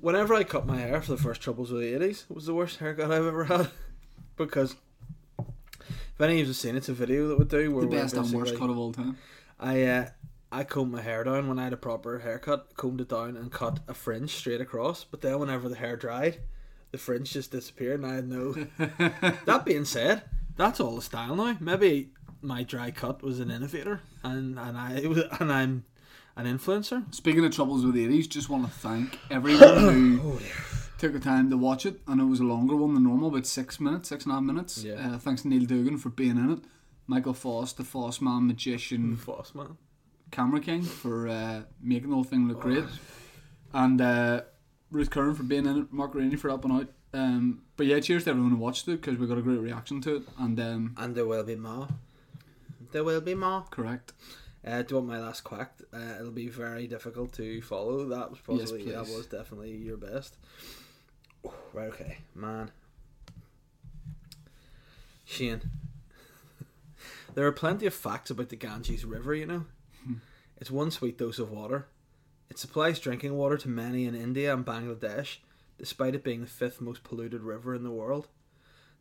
C: whenever I cut my hair for the first troubles of the eighties, it was the worst haircut I've ever had because if any of you've seen it, it's a video that we do where
B: The
C: we're
B: best and worst
C: basically-
B: cut of all time.
C: I uh, I combed my hair down when I had a proper haircut, combed it down and cut a fringe straight across. But then whenever the hair dried, the fringe just disappeared, and I had no. that being said, that's all the style now. Maybe my dry cut was an innovator, and and I and I'm an influencer.
B: Speaking of troubles with the 80s, just want to thank everyone who
C: Oh,
B: took the time to watch it. I know it was a longer one than normal, about six minutes, six and a half minutes.
C: Yeah.
B: Uh, thanks to Neil Dugan for being in it. Michael Foss, the Foss man, magician,
C: Boss man.
B: camera king, for uh, making the whole thing look
C: Oh.
B: great. And uh, Ruth Curran for being in it, Mark Rainey for helping out. Um, but yeah, cheers to everyone who watched it because we got a great reaction to it. And um,
C: And there will be more. There will be more.
B: correct.
C: Uh, do you want my last quack? Uh, it'll be very difficult to follow. That
B: Yes,
C: was possibly that
B: please.
C: was definitely your best. Oh, right, okay, man. Shane, there are plenty of facts about the Ganges River. You know,
B: Hmm.
C: it's one sweet dose of water. It supplies drinking water to many in India and Bangladesh, despite it being the fifth most polluted river in the world.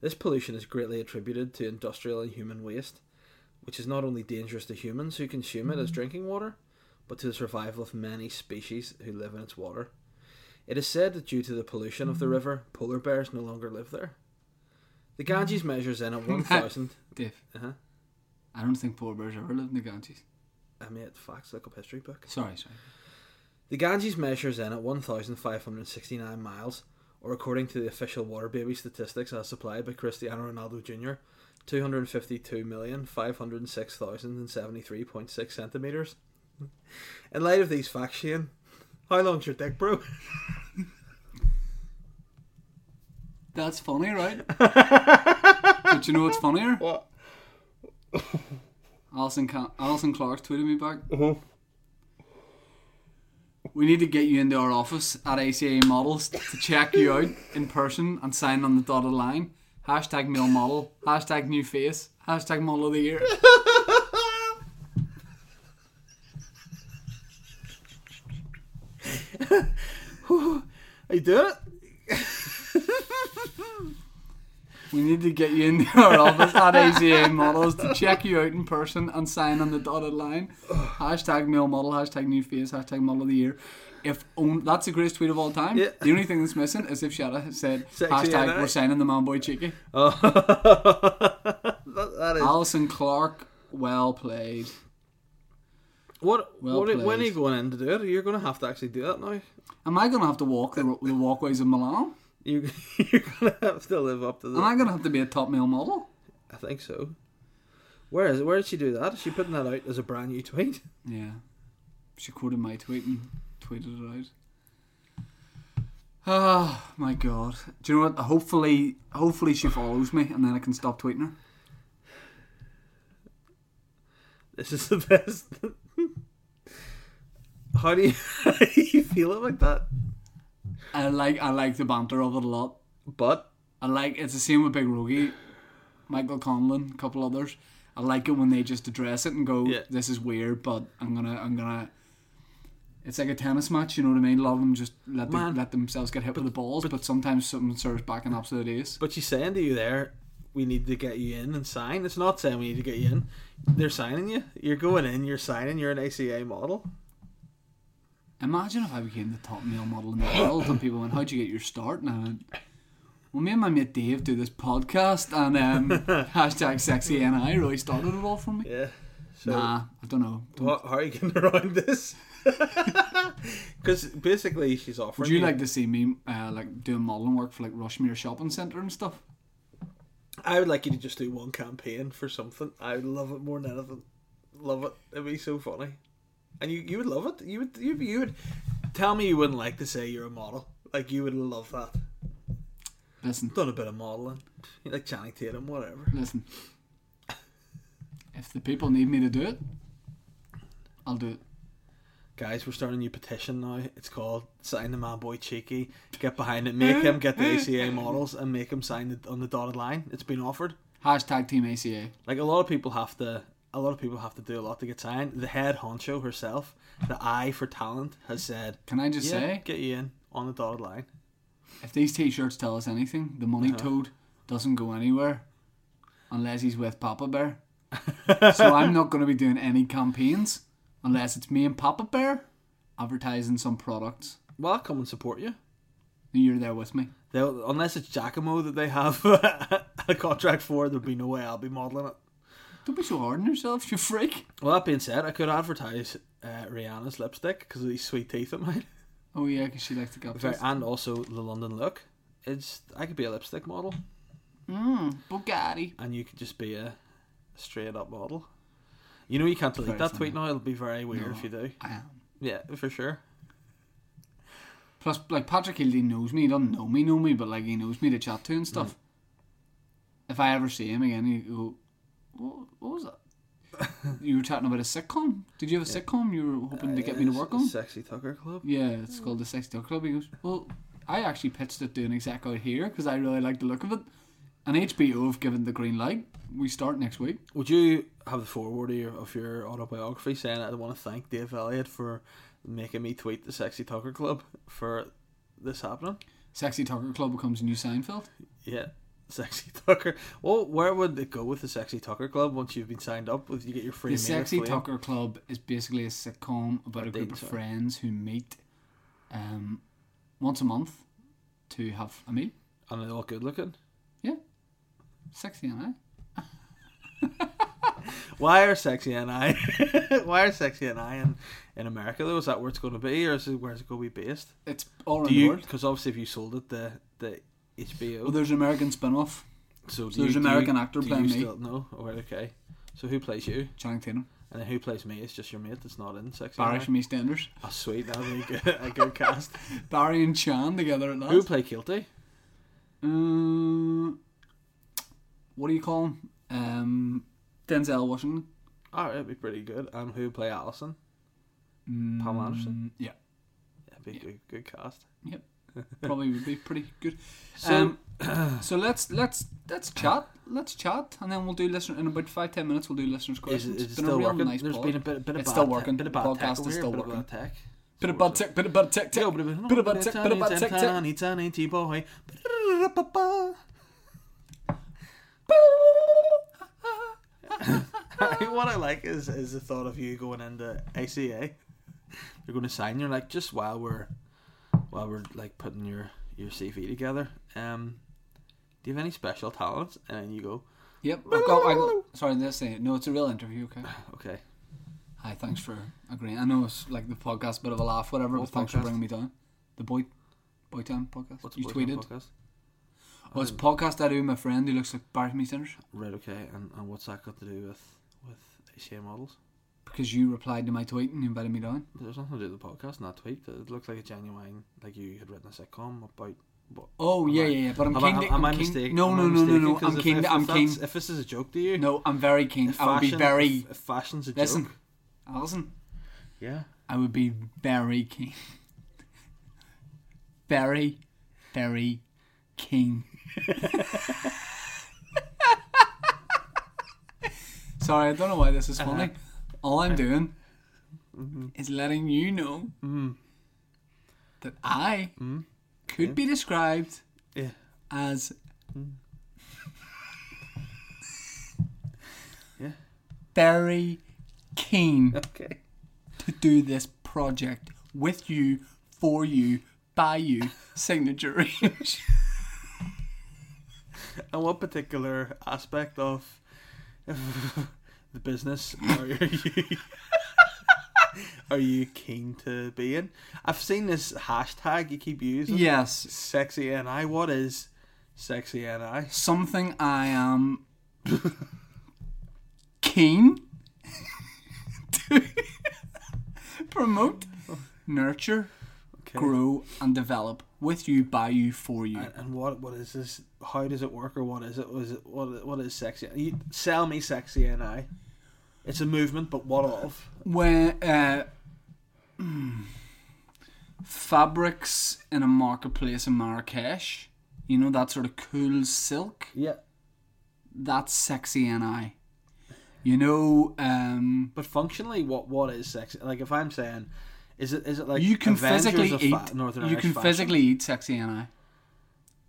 C: This pollution is greatly attributed to industrial and human waste which is not only dangerous to humans who consume it as drinking water, but to the survival of many species who live in its water. It is said that due to the pollution of the river, polar bears no longer live there. The Ganges measures in at 1,000.
B: Dave,
C: uh-huh.
B: I don't think polar bears ever lived in the Ganges.
C: I made facts like a history book.
B: Sorry, sorry.
C: The Ganges measures in at 1,569 miles, or according to the official water baby statistics as supplied by Cristiano Ronaldo Jr., 252,506,073.6 centimetres. In light of these facts, Shane, how long's your dick, bro?
B: That's funny, right? but you know what's funnier?
C: What?
B: Alison, Ca- Alison Clark tweeted me back.
C: Uh-huh.
B: We need to get you into our office at ACA Models to check you out in person and sign on the dotted line. Hashtag male model. Hashtag new face. Hashtag model of the year.
C: Are you doing it?
B: We need to get you into our office at ACA Models to check you out in person and sign on the dotted line. Hashtag male model, hashtag new face, hashtag model of the year. If on, that's the greatest tweet of all time.
C: Yeah.
B: The only thing that's missing is if Shada had said
C: Sexy
B: hashtag
C: NI.
B: we're signing the man boy cheeky.
C: Oh. that, that is.
B: Alison Clark, well played.
C: what,
B: well
C: what, when are
B: played.
C: you going in to do it? You're going to have to actually do that now.
B: Am I gonna have to walk the, the walkways of Milan?
C: You, you're going to have to live up to the.
B: Am I gonna have to be a top male model?
C: I think so. Where is it? Where did she do that? Is she putting that out as a brand new tweet?
B: Yeah. She quoted my tweet and tweeted it out. Oh my god. Do you know what? Hopefully hopefully she follows me and then I can stop tweeting her.
C: This is the best. how do you how do you feel about that?
B: I like I like the banter of it a lot.
C: But
B: I like it's the same with Big Rogie, Michael Conlon, a couple others. I like it when they just address it and go,
C: Yeah.
B: "This is weird," but I'm gonna, I'm gonna. It's like a tennis match, you know what I mean? A lot of them just let the,
C: Man.
B: let themselves get hit with the balls, but, sometimes something serves back an absolute ace.
C: But she's saying to you there, we need to get you in and sign. It's not saying we need to get you in. They're signing you. You're going in. You're signing. You're an ACA model.
B: Imagine if I became the top male model in the world and people went, How'd you get your start? And I went, Well, me and my mate Dave do this podcast and um, hashtag sexy NI really started it all for me.
C: Yeah. So
B: Nah, I don't know. Don't-
C: what, how are you getting around this? Because basically, she's offering.
B: Would you like to see me uh, like doing modeling work for like Rushmere Shopping Centre and stuff?
C: I would like you to just do one campaign for something. I would love it more than anything. Love it. It'd be so funny. And you, you would love it. You would, you, you would. Tell me you wouldn't like to say you're a model. Like you would love that.
B: Listen,
C: Done a bit of modeling, like Channing Tatum, whatever.
B: listen. If the people need me to do it, I'll do it.
C: Guys, we're starting a new petition now. It's called Sign the Man Boy Cheeky. Get behind it. Make him get the ACA models and make him sign the, on the dotted line. It's been offered.
B: Hashtag Team ACA.
C: Like a lot of people have to. A lot of people have to do a lot to get signed. The head honcho herself, the eye for talent, has said,
B: Can I just
C: "Yeah,
B: say,
C: get you in on the dotted line."
B: if these T-shirts tell us anything, the money toad doesn't go anywhere unless he's with Papa Bear. so I'm not going to be doing any campaigns unless it's me and Papa Bear advertising some products.
C: Well, I'll come and support you.
B: You're there with me.
C: They'll, unless it's Giacomo that they have a contract for, there'll be no way I'll be modelling it.
B: Don't be so hard on yourself, you freak.
C: Well, that being said, I could advertise uh, Rihanna's lipstick because of these sweet teeth of mine.
B: Oh yeah, 'cause she likes to get
C: Very,
B: pissed.
C: and also the London look. It's I could be a lipstick model,
B: Bugatti.
C: and you could just be a straight up model. You know you can't delete
B: Very
C: that
B: funny.
C: tweet now. It'll be very weird if you do.
B: I am.
C: Yeah, for sure.
B: Plus, like Patrick Hildy knows me. He doesn't know me, know me, but like he knows me to chat to and stuff. If I ever see him again, he'll go, what, what was that? you were chatting about a sitcom. Did you have a sitcom you were hoping to get me to
C: It's-
B: work
C: it's
B: on?
C: Sexy Tucker Club.
B: Yeah, it's called the Sexy Duck Club. He goes, well, I actually pitched it to an exec out here because I really like the look of it. And HBO have given the green light. We start next week.
C: Would you have the foreword of your, of your autobiography saying I want to thank Dave Elliott for making me tweet the Sexy Tucker Club for this happening?
B: Sexy Tucker Club becomes a new Seinfeld.
C: Yeah, Sexy Tucker. Well, where would it go with the Sexy Tucker Club once you've been signed up? If you get your free
B: The
C: meal with
B: Sexy
C: Liam?
B: Tucker Club is basically a sitcom about a group of
C: dates, sorry.
B: friends who meet um, once a month to have a meal.
C: and they're all good looking.
B: Yeah. Sexy eh? and I.
C: Why are sexy and I? why are sexy and I in, in America though? Is that where it's going to be, or is it where's it going to be based?
B: It's all
C: Do
B: in the
C: you?
B: world.
C: Because obviously, if you sold it, the the HBO.
B: Well, there's an American spin off,
C: so
B: there's an American actor
C: do
B: playing
C: you
B: me.
C: Still, no, oh, right, okay. So who plays you,
B: Channing Tatum.
C: and then who plays me? It's just your mate that's not in sexy.
B: Barry
C: and
B: from EastEnders.
C: I. Oh, sweet, that'll be a good, a good cast.
B: Barry and Chan together at
C: who
B: last.
C: play Kilty?
B: Um, what do you call him? Um, Denzel Washington.
C: Oh, it'd be pretty good. And who play Allison? Pamela Anderson.
B: Mm, yeah.
C: That'd be a good, good cast.
B: Yep. Probably would be pretty good.
C: So-
B: um, so let's let's let's chat. Let's chat, and then we'll do listener in about five ten minutes. We'll do listeners'
C: Is,
B: questions.
C: it- is it
B: been
C: still
B: a real
C: working?
B: nice
C: There's
B: pod.
C: been a bit, bit of
B: It's
C: bad
B: still
C: tech-
B: working.
C: bit of
B: The
C: bad
B: podcast
C: tech
B: is
C: over here,
B: still
C: bit of bad
B: working.
C: tech.
B: bit of
C: So
B: bad
C: it's-
B: tech, bit of bad tech, tech, bit of bad tech, bit of bad tech, tech.
C: Tiny, tiny tea boy. what I like is is the thought of you going into ACA. You're going to sign. You're like just while we're while we're like putting your your CV together. Um, do you have any special talents? And then you go,
B: Yep. I've got, I got, sorry, this thing. No, it's a real interview. Okay.
C: okay.
B: Hi, thanks for agreeing. I know it's like the podcast, bit of a laugh, whatever.
C: What
B: but thanks for
C: podcast?
B: bringing me down. The boy, boy town podcast.
C: What's
B: you
C: the boyfriend
B: tweeted.
C: podcast?
B: Oh, it's a podcast I do with my friend who looks like Barry from EastEnders.
C: Right. Okay. And, and what's that got to do with with ACA models?
B: Because you replied to my tweet and invited me down.
C: There's nothing to do with the podcast and that tweet. It looked like a genuine, like you had written a sitcom about what.
B: Oh
C: am
B: yeah,
C: I-
B: yeah, yeah. But I'm
C: am
B: keen.
C: I,
B: to-
C: am, I
B: I'm keen-
C: mistaken?
B: No,
C: Am I
B: no, no, no, no.
C: mistaken? 'Cause
B: I'm
C: if-
B: keen.
C: If,
B: I'm
C: if
B: keen.
C: that's- If this is a joke to you,
B: No, I'm very keen.
C: if
B: I would be
C: fashion-
B: very.
C: If fashion's a
B: Listen,
C: joke,
B: Alison,
C: yeah.
B: I would be very keen. Very, very keen. Sorry, I don't know why this is funny. All I'm doing is letting you know that I could be described
C: Yeah.
B: as
C: Yeah.
B: very keen
C: Okay.
B: to do this project with you, for you, by you, signature range.
C: And what particular aspect of the business are you are you keen to be in? I've seen this hashtag you keep using.
B: yes,
C: Sexy NI. What is sexy NI?
B: something I am keen to promote, nurture,
C: Okay.
B: grow, and develop with you, by you, for you.
C: And, and what what is this? How does it work, or what is it? Was it what what is sexy? You sell me sexy NI. It's a movement, but what of?
B: When uh, hmm, fabrics in a marketplace in Marrakesh, you know that sort of cool silk.
C: Yeah,
B: That's sexy, and I. You know, um,
C: but functionally, what what is sexy? Like if I'm saying, is it is it like
B: you can
C: Avengers
B: physically
C: of
B: eat.
C: fa- Northern
B: you
C: Irish
B: can
C: fashion?
B: physically eat sexy, and I.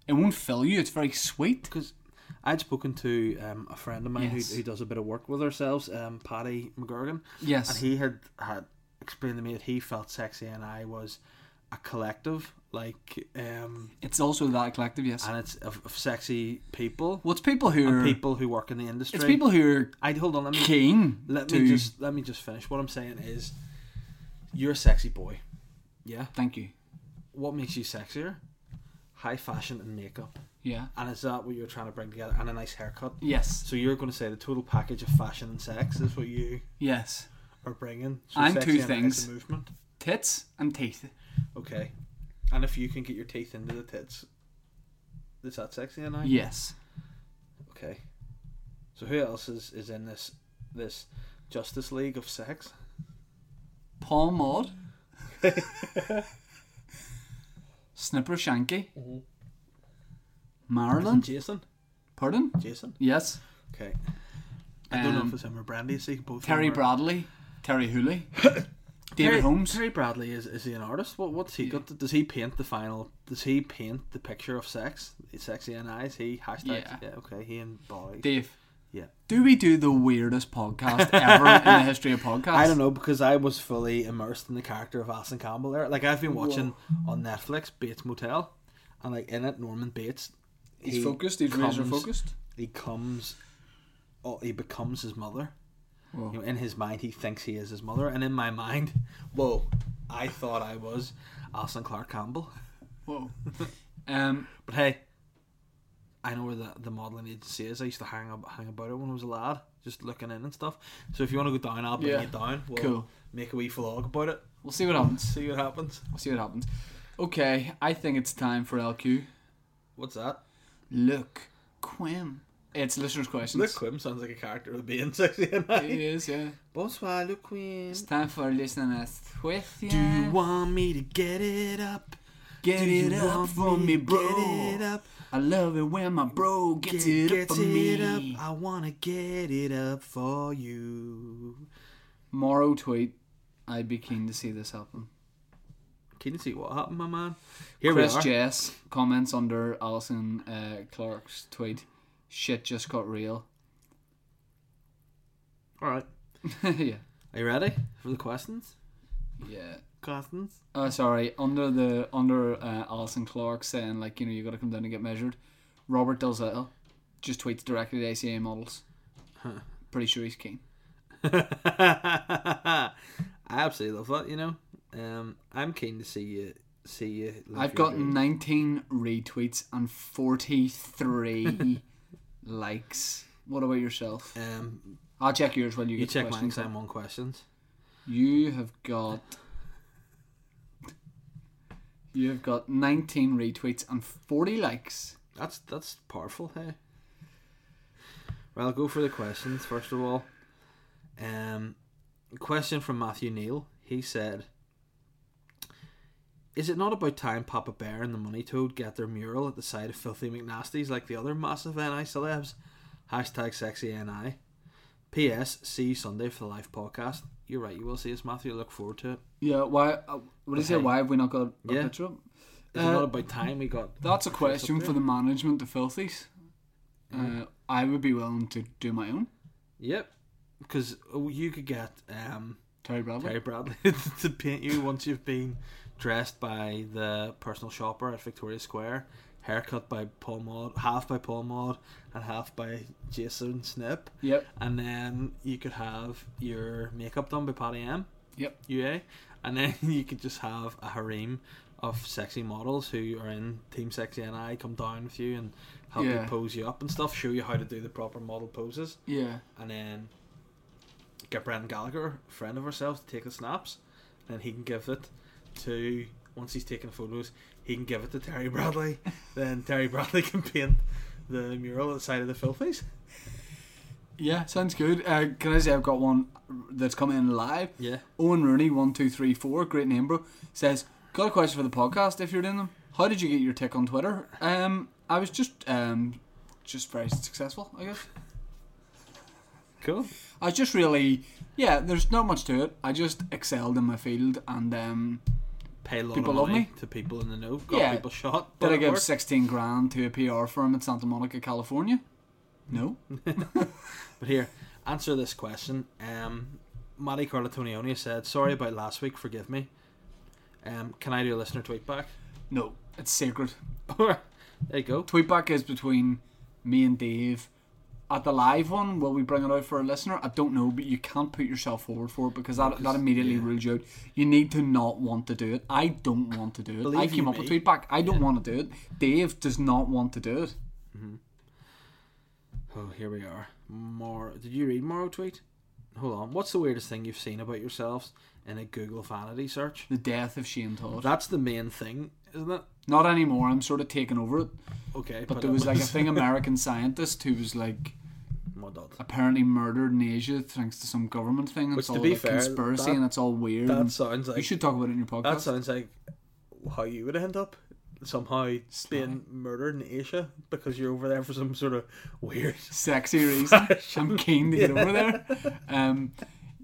B: It won't fill you. It's very sweet.
C: because I'd spoken to um, a friend of mine
B: Yes.
C: who, who does a bit of work with ourselves, um, Paddy McGurgan, and
B: Yes.
C: he had had explained to me that he felt sexy and I was a collective, like, um,
B: It's also that collective. Yes.
C: and it's of, of sexy people,
B: Well, it's people who are.
C: and people who work in the industry.
B: Mm. it's people who are
C: I'd hold on. Let me
B: keen.
C: let
B: to,
C: me just let me just finish. What I'm saying is, you're a sexy boy. Yeah.
B: Thank you.
C: What makes you sexier? High fashion and makeup.
B: Yeah.
C: And is that what you're trying to bring together? And a nice haircut.
B: Yes.
C: So you're going to say the total package of fashion and sex is what you
B: Yes.
C: are bringing. So
B: I'm
C: sexy
B: two
C: and it's
B: things.
C: a movement.
B: Tits and teeth.
C: Okay. And if you can get your teeth into the tits, is that sexy and I?
B: Yes.
C: Okay. So who else is, is in this this Justice League of sex?
B: Paul Maud. Snipper Shanky.
C: Mm-hmm.
B: Marilyn.
C: Jason.
B: Pardon?
C: Jason.
B: Yes.
C: Okay. I don't know
B: Um,
C: if it's him or Brandy. So you can both.
B: Terry
C: remember.
B: Bradley. Terry Hooley. David
C: Terry,
B: Holmes.
C: Terry Bradley is, is he an artist? What what's he got? To, does he paint the final? Does he paint the picture of sex? Sexy and I. Is he hashtag?
B: Yeah.
C: okay. He embodies.
B: Dave.
C: Yeah.
B: Do we do the weirdest podcast ever in the history of podcasts?
C: I don't know because I was fully immersed in the character of Alison Campbell there. Like I've been watching on Netflix Bates Motel, and like in it Norman Bates,
B: He's
C: he
B: focused. He's
C: comes-
B: razor focused.
C: He comes, oh, he becomes his mother.
B: Whoa.
C: You know, in his mind, he thinks he is his mother, and in my mind, whoa, I thought I was Alison Clark Campbell.
B: Whoa. Um,
C: But hey, I know where the, the modelling agency is. I used to hang up, hang about it when I was a lad, just looking in and stuff. So if you want to go down, I'll bring
B: Yeah.
C: you down. We'll
B: Cool.
C: Make a wee vlog about it.
B: we'll see what happens.
C: See what happens.
B: We'll see what happens. Okay, I think it's time for LQ.
C: What's that?
B: Look, Quim. It's listeners' questions.
C: Luke Quim sounds like a character of being sexy and
B: It is, yeah.
C: Bonsoir, Luke Quim.
B: It's time for listeners' questions.
C: Do you want me to get it up?
B: get
C: Do
B: it
C: you
B: up
C: want
B: for me,
C: to
B: bro?
C: Get it up.
B: I love it when my bro gets it up
C: gets
B: for
C: it
B: me.
C: up. I wanna get it up for you.
B: Morrow tweet. I'd be keen to see this happen.
C: Can you see what happened, my man? Here
B: Chris
C: we are.
B: Jess comments under Alison uh, Clark's tweet. Shit just got real.
C: All right.
B: yeah.
C: Are you ready for the questions?
B: Yeah.
C: Questions.
B: Oh, sorry. Under the under uh, Alison Clark saying like you know you got to come down and get measured. Robert Dalzell just tweets directly to ACA models. Pretty sure he's keen.
C: I absolutely love that. You know, um, I'm keen to see you. See you. live
B: I've
C: your
B: got
C: dream.
B: 19 retweets and 43 likes. What about yourself?
C: Um,
B: I'll check yours while you,
C: you
B: get the
C: check mine
B: questions
C: because I'm
B: up.
C: on questions.
B: You have got. You have got 19 retweets and 40 likes.
C: That's that's powerful. Hey. Well, I'll go for the questions first of all. Um, question from Matthew Neal. He said, "Is it not about time Papa Bear and the Money Toad get their mural at the side of Filthy McNasties like the other massive NI celebs?" Hashtag sexy NI. P.S. See you Sunday for the live podcast. You're right. You will see us, Matthew. I look forward to it.
B: Yeah, why? Uh, what do you say?
C: Okay.
B: Why have we not got a, a
C: Yeah.
B: picture up?
C: It's
B: Uh,
C: not about time we got.
B: That's a question for the management, the filthies. Uh, I would be willing to do my own.
C: Yep. Because oh, you could get um,
B: Terry Bradley.
C: Terry Bradley to paint you once you've been dressed by the personal shopper at Victoria Square, haircut by Paul Maud, half by Paul Maud, and half by Jason Snip.
B: Yep.
C: And then you could have your makeup done by Patty M.
B: Yep.
C: UA. And then you could just have a harem of sexy models who are in Team Sexy and I come down with you and help
B: Yeah.
C: you pose you up and stuff, show you how to do the proper model poses.
B: Yeah.
C: And then get Brendan Gallagher, a friend of ourselves, to take the snaps. And he can give it to, once he's taken photos, he can give it to Terry Bradley. then Terry Bradley can paint the mural outside of the Filthies.
B: Yeah, sounds good. Uh, can I say I've got one that's coming in live?
C: Yeah.
B: Owen Rooney, one two three four, great name, bro. Says, got a question for the podcast. If you're doing them, how did you get your tick on Twitter? Um, I was just um, just very successful, I guess.
C: Cool.
B: I just really, yeah. There's not much to it. I just excelled in my field, and um,
C: Pay a lot
B: People
C: of
B: love
C: money
B: me.
C: to people in the know. Got
B: Yeah.
C: people shot. but
B: did I
C: it
B: give
C: worked.
B: sixteen grand to a PR firm in Santa Monica, California? No.
C: But here, answer this question. Um, Matty Carlatonione said, "Sorry about last week. Forgive me." Um, can I do a listener tweet back?
B: No. It's sacred.
C: there you go.
B: Tweet back is between me and Dave. At the live one, will we bring it out for a listener? I don't know, but you can't put yourself forward for it because that, that immediately rules you out. You need to not want to do it. I don't want to do it. I
C: Believe
B: came
C: you
B: up with
C: me.
B: tweet back. I don't want to do it. Dave does not want to do it.
C: Oh, here we are. More. Did you read Morrow tweet? Hold on. What's the weirdest thing you've seen about yourselves in a Google vanity search?
B: The death of Shane Todd.
C: That's the main thing, isn't it?
B: Not anymore. I'm sort of taking over it.
C: Okay,
B: But there
C: it
B: was like a thing American scientist who was like
C: My God.
B: apparently murdered in Asia thanks to some government thing. It's
C: Which, to
B: all
C: be
B: like
C: fair,
B: conspiracy
C: that-
B: and it's all weird.
C: That
B: and-
C: sounds like
B: you should talk about it in your podcast.
C: That sounds like how you would end up somehow being murdered in Asia because you're over there for some sort of weird
B: sexy reason. I'm keen to get over there. Um,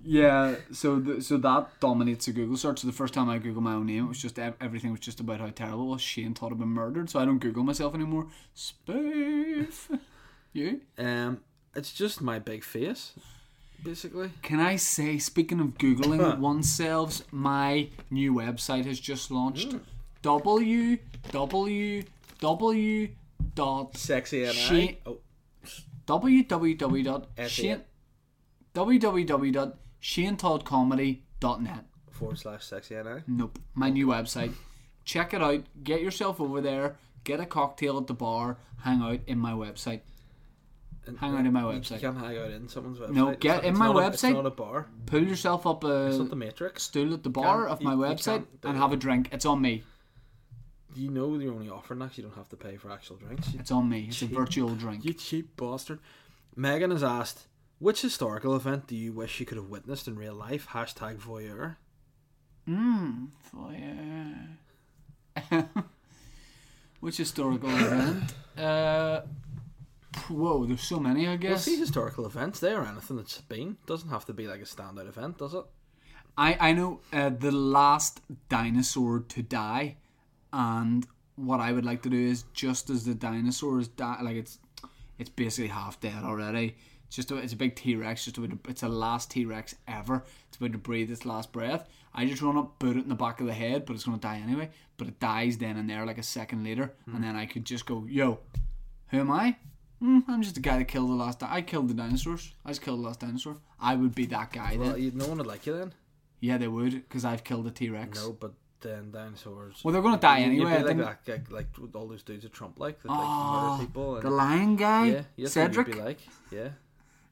B: yeah, so the, so that dominates the Google search. So the first time I Google my own name, it was just ev- everything was just about how terrible it was. Shane Todd had been murdered, so I don't Google myself anymore. Spoof. You?
C: Um, it's just my big face, basically.
B: Can I say, speaking of Googling oneself, my new website has just launched. W W W dot
C: Sexy and
B: She-
C: I. Oh,
B: www.shane www.shanetoddcomedy.net.
C: forward slash sexy and I.
B: Nope, my new website. Check it out. Get yourself over there. Get a cocktail at the bar. Hang out in my website.
C: And-
B: Hang out in my
C: You
B: website.
C: can't hang out in someone's website.
B: No,
C: It's
B: get
C: not-
B: in
C: it's
B: my
C: not a- it's
B: website.
C: not a bar.
B: Pull yourself up
C: It's not the
B: a
C: Matrix.
B: stool at the bar
C: Can't-
B: of my
C: you- you
B: website
C: can't do
B: and
C: it.
B: have a drink. It's on me.
C: You know you're only offering that. 'cause You don't have to pay for actual drinks. You,
B: It's on me. It's a virtual drink.
C: you cheap bastard. Megan has asked, which historical event do you wish you could have witnessed in real life? Hashtag voyeur.
B: Mmm, voyeur. Which historical event? Uh, whoa, there's so many, I
C: Well,
B: guess.
C: see historical events. They are anything that's been. Doesn't have to be like a standout event, does it?
B: I, I know uh, the last dinosaur to die, and what I would like to do is just as the dinosaur is di- like it's it's basically half dead already. It's just a, it's a big T Rex. Just about to, it's the last T Rex ever. It's about to breathe its last breath. I just run up, boot it in the back of the head, but it's gonna die anyway. But it dies then and there, like a second later, and then I could just go, "Yo, who am I? Mm, I'm just the guy that killed the last. Di- I killed the dinosaurs. I just killed the last dinosaur. I would be that guy then.
C: Well, you, no one would like you then.
B: Yeah, they would, because I've killed a T Rex.
C: No, but then dinosaurs.
B: Well, they're gonna die
C: You'd be
B: anyway. I
C: like
B: think Ah,
C: that, guy- like, with all those dudes at Trump, like that, like murder people. And,
B: the lion guy,
C: yeah, yeah,
B: Cedric.
C: Be
B: Is
C: like, yeah,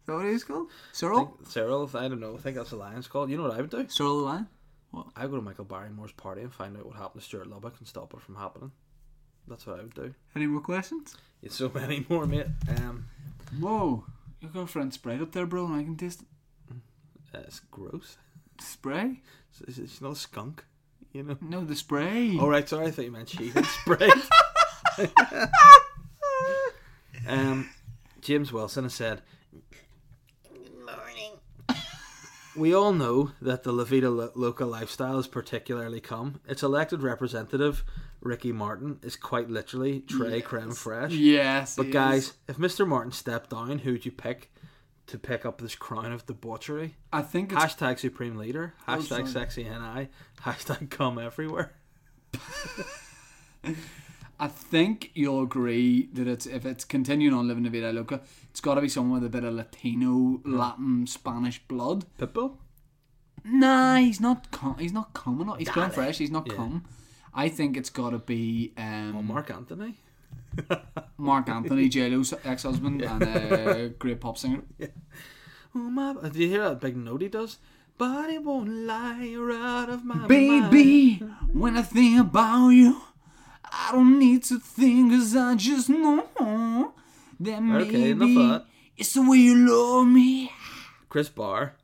B: that what he's called?
C: I
B: Cyril.
C: think Cyril. I don't know. I think that's a lion's call. You know what I would do?
B: Cyril the lion.
C: I would go to Michael Barrymore's party and find out what happened to Stuart Lubbock and stop it from happening. That's what I would do.
B: Any more questions?
C: It's so many more, mate. Um,
B: Whoa, your girlfriend sprayed up there, bro, and I can taste
C: uh, it's gross.
B: the spray.
C: It's- It's, it's not a skunk, you know.
B: No, the spray.
C: All right, sorry. I thought you meant she had sprayed. um, James Wilson has said,
E: Good morning.
C: We all know that the La Vida Lo- Loca lifestyle is particularly cum. Its elected representative, Ricky Martin, is quite literally Trey Creme Fresh.
B: Yes.
C: But
B: he
C: guys,
B: is.
C: if Mr. Martin stepped down, who'd you pick to pick up this crown of debauchery?
B: I think it's
C: Hashtag Supreme Leader. Hashtag
B: sorry.
C: Sexy NI. Hashtag Come Everywhere.
B: I think you'll agree that it's if it's continuing on living the vida loca, it's got to be someone with a bit of Latino,
C: Hmm.
B: Latin, Spanish blood.
C: Pitbull?
B: Nah, he's not. Com- he's not coming. He's gone fresh. He's not
C: Yeah.
B: come. I think it's got to be um,
C: Or Mark Anthony?
B: Mark Anthony, JLo's ex-husband and a great pop singer.
C: Oh my! Do you hear that big note he does? Body won't lie, you're out of my mind.
B: Baby, when I think about you, I don't need to think 'cause I just know that
C: Okay,
B: maybe
C: enough of that.
B: it's the way you love me.
C: Chris Barr,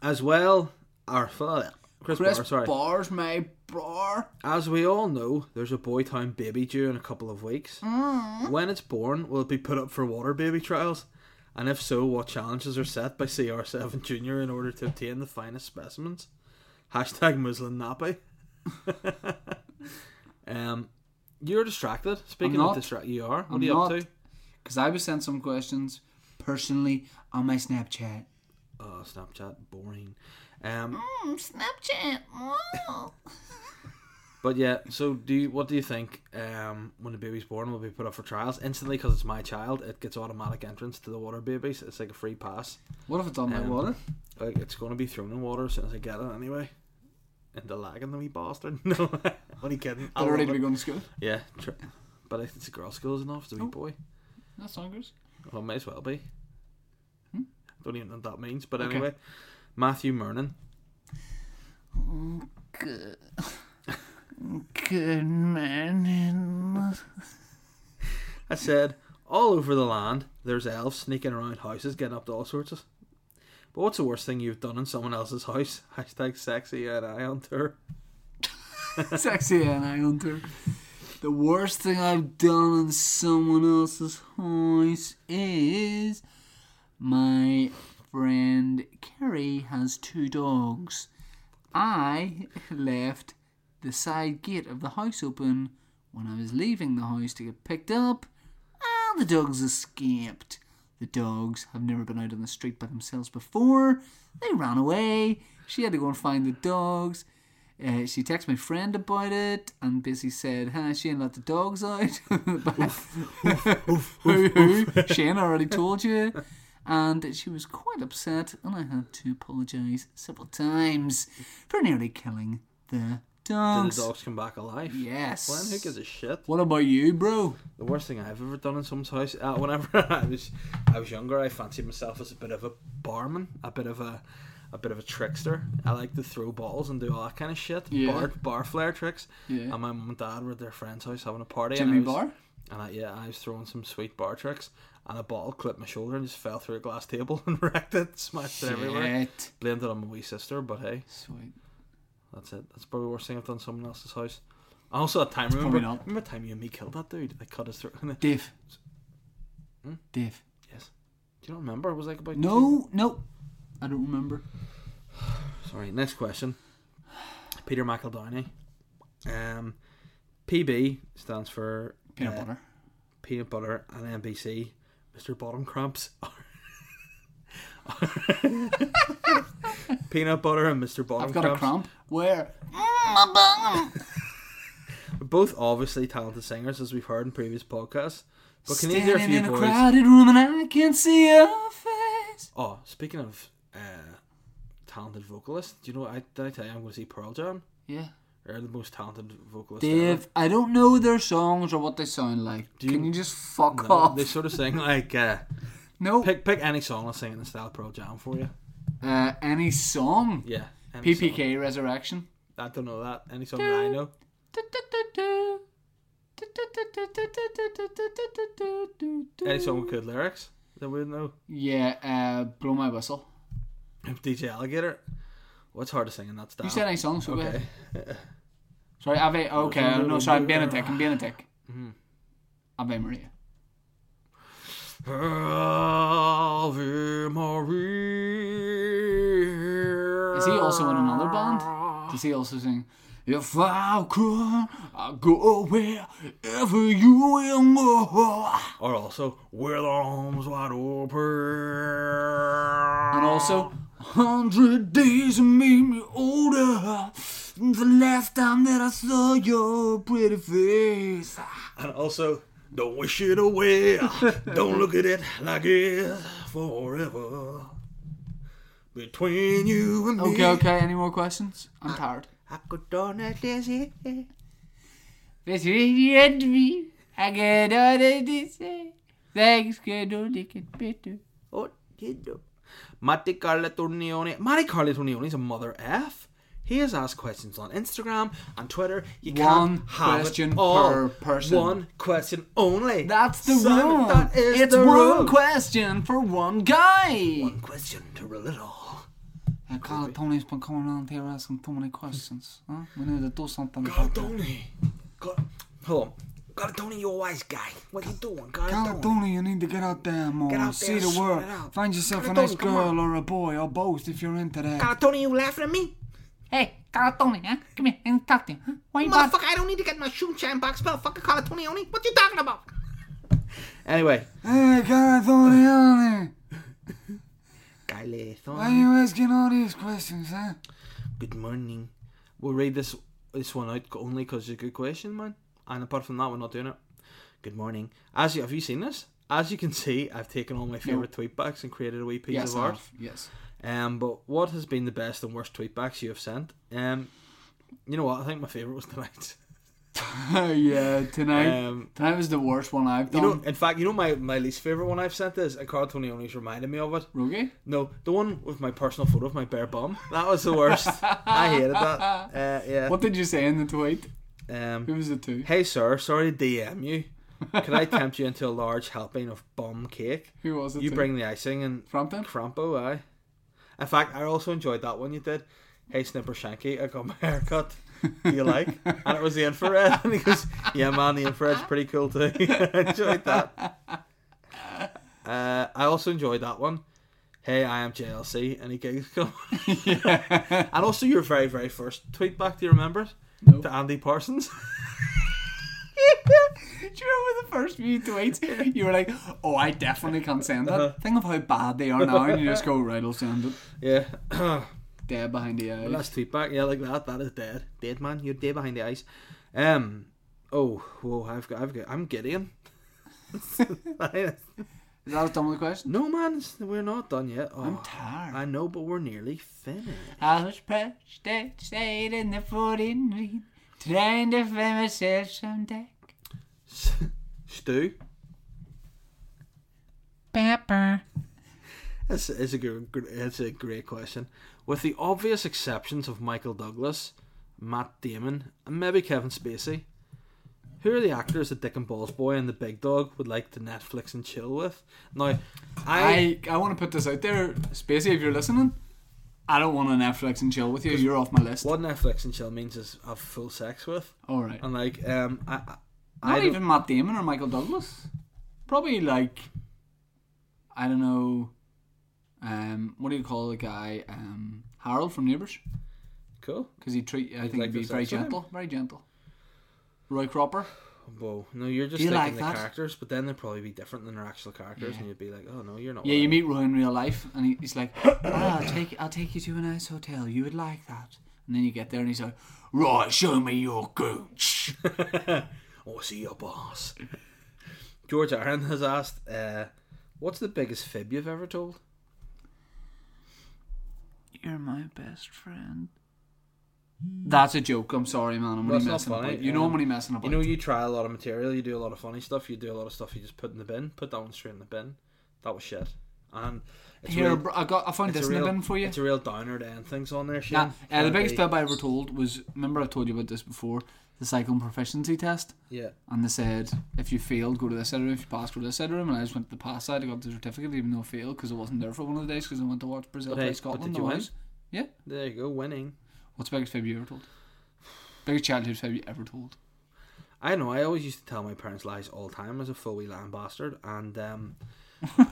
C: as well, or uh, Chris,
B: Chris
C: Barr, sorry.
B: Barr's my bar.
C: As we all know, there's a Boytown baby due in a couple of weeks.
B: Mm.
C: When it's born, will it be put up for water baby trials? And if so, what challenges are set by CR7 Junior in order to obtain the finest specimens? Hashtag muslin nappy. um, you're distracted. Speaking
B: I'm
C: of
B: not.
C: distract, you are. What
B: I'm
C: are you
B: not.
C: up to?
B: Because I was sent some questions personally on my Snapchat.
C: Oh, Snapchat, boring. Um,
B: Hmm,
F: Snapchat. Wow.
C: but yeah. So, do you, what do you think? Um, when the baby's born, will be put up for trials instantly because it's my child. It gets automatic entrance to the water babies. It's like a free pass.
B: What if it's on my
C: Um,
B: water?
C: Like it's going to be thrown in water as soon as I get it anyway. And the lag in the wee bastard. No, only kidding. I
B: I'd
C: love
B: already be
C: it.
B: going to school.
C: Yeah, tr- but if it's a girl school, isn't it? If It's a wee boy.
B: That's songers.
C: Well, it may as well be. Hmm? Don't even know what that means. But anyway, Matthew Mernon.
B: Good man.
C: I said, all over the land, there's elves sneaking around houses, getting up to all sorts of. But what's the worst thing you've done in someone else's house? Hashtag sexy and I on tour.
B: Sexy and I hunter. The worst thing I've done in someone else's house is my friend Kerry has two dogs. I left the side gate of the house open when I was leaving the house to get picked up, and the dogs escaped. The dogs have never been out on the street by themselves before. They ran away. She had to go and find the dogs. Uh, she texted my friend about it and basically said, huh, Shane let the dogs out. Hoo, hoo, Shane already told you. And she was quite upset, and I had to apologise several times for nearly killing the
C: Did
B: dogs.
C: the dogs come back alive?
B: Yes.
C: Glenn, who gives a shit?
B: What about you, bro?
C: The worst thing I've ever done in someone's house. Uh, whenever I was, I was younger. I fancied myself as a bit of a barman, a bit of a, a bit of a trickster. I like to throw balls and do all that kind of shit.
B: Yeah.
C: Bar, bar flare tricks.
B: Yeah.
C: And my mum and dad were at their friend's house having a party.
B: Jimmy
C: and I was,
B: Barr?
C: And I, yeah, I was throwing some sweet bar tricks, and a ball clipped my shoulder and just fell through a glass table and wrecked it, smashed it everywhere.
B: Shit.
C: Blamed it on my wee sister, but hey,
B: Sweet.
C: that's it. That's probably the worst thing I've done in someone else's house. I also had time. Remember,
B: probably not.
C: remember the time you and me killed that dude? I cut his throat. Do
B: Dave.
C: Hmm?
B: Dave.
C: you not remember? It was like about
B: No, no. I don't remember.
C: Sorry, next question. Peter McEldowney. Um, PB stands for
B: Peanut
C: uh,
B: butter.
C: Peanut butter and NBC. Mr. Bottom Cramps. peanut butter and Mr. Bottom
B: I've got a cramp.
C: Cramps.
B: Where?
C: Both obviously talented singers, as we've heard in previous podcasts. But can you
B: Standing
C: hear a few
B: in a
C: boys?
B: crowded room and I can't see your face.
C: Oh, speaking of uh, talented vocalists, do you know? I did I tell you I'm going to see Pearl Jam.
B: Yeah.
C: They're the most talented vocalists. ever.
B: Dave, I don't know their songs or what they sound like.
C: you-
B: Can you just fuck
C: No,
B: off?
C: They sort of sing like uh,
B: no.
C: pick pick any song and sing it in style Pearl Jam for you.
B: Uh, any song?
C: Yeah. any song.
B: PPK Resurrection.
C: I don't know that. Any song that I know. Any song with good lyrics that we know.
B: Yeah, uh, blow my whistle.
C: DJ Alligator. Well, it's hard to sing in that style.
B: You said any songs? So go
C: Okay.
B: ahead. Sorry, Ave. Okay, no, sorry, being a dick. I'm being a dick. Ave Maria.
C: Ave Maria.
B: Is he also in another band? Does he also sing? If I could, I'd go wherever you will go.
C: Or also, with arms wide open.
B: And also, 100 days made me older. The last time that I saw your pretty face.
C: And also, don't wish it away. don't look at it like it's forever. Between you and me.
B: Okay, okay, any more questions? I'm tired.
E: I could down a dizzy.
B: This is the end of me. I get all that they say. Things can only get better.
E: Oh, you know.
C: Matty Carla Tornione. Matty Carla Tornione is a mother F. He has asked questions on Instagram and Twitter. You
B: One
C: can't have
B: question
C: it all.
B: per person.
C: One question only.
B: That's the
C: Simon,
B: rule.
C: That is
B: it's
C: the
B: one
C: rule.
B: question for one guy.
C: One question to rule it all.
B: Yeah, Carla Tony's been coming around here asking too many questions. Huh? We need to do something.
C: Carla
B: about that.
C: Tony. Carla- Hold on. Carla Tony, you're a wise guy. What are you doing, Carla,
B: Carla
C: Tony?
B: Tony, you need to get out there more.
C: Get out
B: See
C: there,
B: the
C: sort
B: world.
C: it out.
B: Find yourself a
C: Carla
B: nice
C: Tony, come on.
B: girl or a boy or both if you're into that.
C: Carla Tony, you laughing at me?
G: Hey, Calatoni, huh? Come here and talk to him. Huh? Why you bother?
E: Motherfucker, I don't need to get my shoe shine box spell. Fucking Carla Tonioni. What you talking about?
C: Anyway,
B: Hey, Carla Tony, honey,
C: Carla
B: why
C: Tony.
B: are you asking all these questions, huh?
C: Good morning. We'll read this this one out only because it's a good question, man. And apart from that, we're not doing it. Good morning. As you have you seen this? As you can see, I've taken all my favorite tweet tweetbacks and created a wee piece of art.
B: Yes.
C: Um, but what has been the best and worst tweetbacks you have sent? Um, you know what? I think my favorite was tonight's.
B: yeah, tonight.
C: Um,
B: tonight was the worst one I've
C: you
B: done.
C: know, in fact, you know my, my least favorite one I've sent is, and Carl Tony only's reminded me of it.
B: Rogie?
C: No, the one with my personal photo of my bare bum. That was the worst. I hated that. Uh, yeah.
B: What did you say in the tweet?
C: Um,
B: Who was it to?
C: Hey, sir, sorry to DM you. Could I tempt you into a large helping of bum cake?
B: Who was it
C: You
B: to?
C: bring the icing and
B: Frampton?
C: Crampo, aye. In fact, I also enjoyed that one you did. Hey, Snipper Shanky, I got my haircut. Do you like? and it was the infrared. And he goes, Yeah, man, the infrared's pretty cool too. I enjoyed that. Uh, I also enjoyed that one. Hey, I am JLC. Any gigs come? and also your very, very first tweet back, do you remember? it?
B: No.
C: To Andy Parsons.
B: Do you remember the first few tweets? You were like, "Oh, I definitely can't send that."
C: Uh-huh.
B: Think of how bad they are now, and you just go, "Right, I'll send it."
C: yeah.
B: Dead behind the eyes.
C: Last tweet back, yeah, like that. That is dead, dead man. You're dead behind the ice. Um, oh, whoa, I've got, I've got, I'm Gideon.
B: Is that a dumb question?
C: no, man, it's- we're not done yet. Oh,
B: I'm tired.
C: I know, but we're nearly finished.
G: I was perched at state in the fourteen reed, trying to find myself some deck.
C: Stu,
G: Pepper.
C: it's, it's a good, good- it's a great question. With the obvious exceptions of Michael Douglas, Matt Damon, and maybe Kevin Spacey, who are the actors that Dick and Balls Boy and the Big Dog would like to Netflix and chill with? Now, I,
B: I I want to put this out there, Spacey. If you're listening, I don't want to Netflix and chill with you. You're off my list.
C: what Netflix and chill means is have full sex with.
B: All right.
C: And like, um, I, I- I
B: Not
C: don't-
B: even Matt Damon or Michael Douglas. Probably like, I don't know. Um, what do you call the guy? Um, Harold from Neighbours.
C: cool.
B: Because he treat. I think
C: like
B: he'd be
C: this
B: very
C: episode.
B: gentle. Very gentle. Roy Cropper.
C: Whoa, no, you're just
B: Do you
C: thinking
B: like
C: the
B: that?
C: characters, but then they'd probably be different than their actual characters,
B: Yeah.
C: and you'd be like, oh no, you're not.
B: Yeah,
C: one
B: you
C: of
B: meet Roy in real life, and he, he's like, "Roy, I'll take, I'll take you to a nice hotel. You would like that." And then you get there, and he's like, "Roy, show me your gooch."
C: them." Oh, see your boss. George Aaron has asked, uh, "What's the biggest fib you've ever told?"
B: You're my best friend. That's a joke. I'm sorry, man. I'm only
C: That's not
B: messing
C: funny,
B: about. You know I'm
C: um,
B: only messing about.
C: You know, you try a lot of material, you do a lot of funny stuff, you do a lot of stuff you just put in the bin. Put that one straight in the bin. That was shit. And it's
B: Here,
C: real-
B: br- I got. I found
C: it's
B: this
C: a
B: in the
C: real-
B: bin for you.
C: It's a real downer to end things on there.
B: Nah,
C: Shane.
B: uh, the
C: Trying to
B: biggest
C: be-
B: bib I ever told was remember I told you about this before the cycling proficiency test.
C: Yeah.
B: And they said, if you failed, go to this room. If you passed, go to this room. And I just went to the pass side. I got the certificate, even though I failed, because I wasn't there for one of the days, because I went to watch Brazil
C: But hey,
B: play
C: but
B: Scotland.
C: did you
B: the
C: win?
B: Wise. Yeah.
C: There you go, winning.
B: What's the biggest fib you ever told? Biggest childhood fib you ever told?
C: I know. I always used to tell my parents lies all the time as a full wee lamb bastard, and um,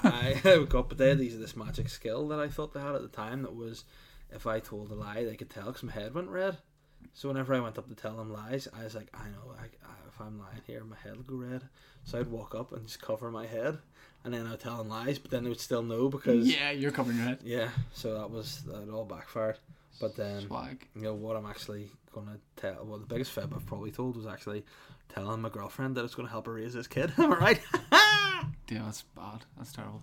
C: I got but they had these this magic skill that I thought they had at the time that was if I told a lie, they could tell because my head went red. So whenever I went up to tell them lies, I was like, I know, I, I, if I'm lying here, my head will go red. So I'd walk up and just cover my head, and then I'd tell them lies, but then they would still know because
B: Yeah, you're covering your head.
C: yeah, so that was that all backfired. But then
B: Swag.
C: you know what I'm actually gonna tell. Well, the biggest fib I've probably told was actually telling my girlfriend that it's gonna help her raise this kid. Am I right?
B: Damn, that's bad. That's terrible.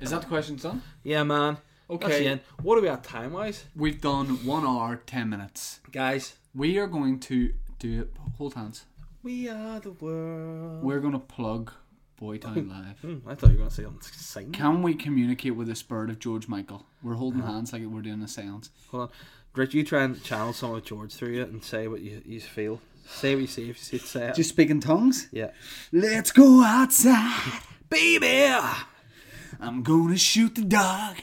B: Is that the question done?
C: yeah, man. That's the
B: Okay,
C: end. What are we at time wise,
B: we've done one hour, ten minutes.
C: guys?
B: We are going to do it. Hold hands.
C: We are the world.
B: We're going to plug Boytown Live.
C: Hmm, I thought you were gonna say something exciting.
B: Can we communicate with the spirit of George Michael? We're holding hands like we're doing a seance.
C: Hold on, Rick. You try and channel some of George through it and say what you, you feel. Say what you see. If you see it, say it.
B: Just speaking tongues.
C: yeah.
B: Let's go outside.
C: Baby,
B: I'm going to shoot the dog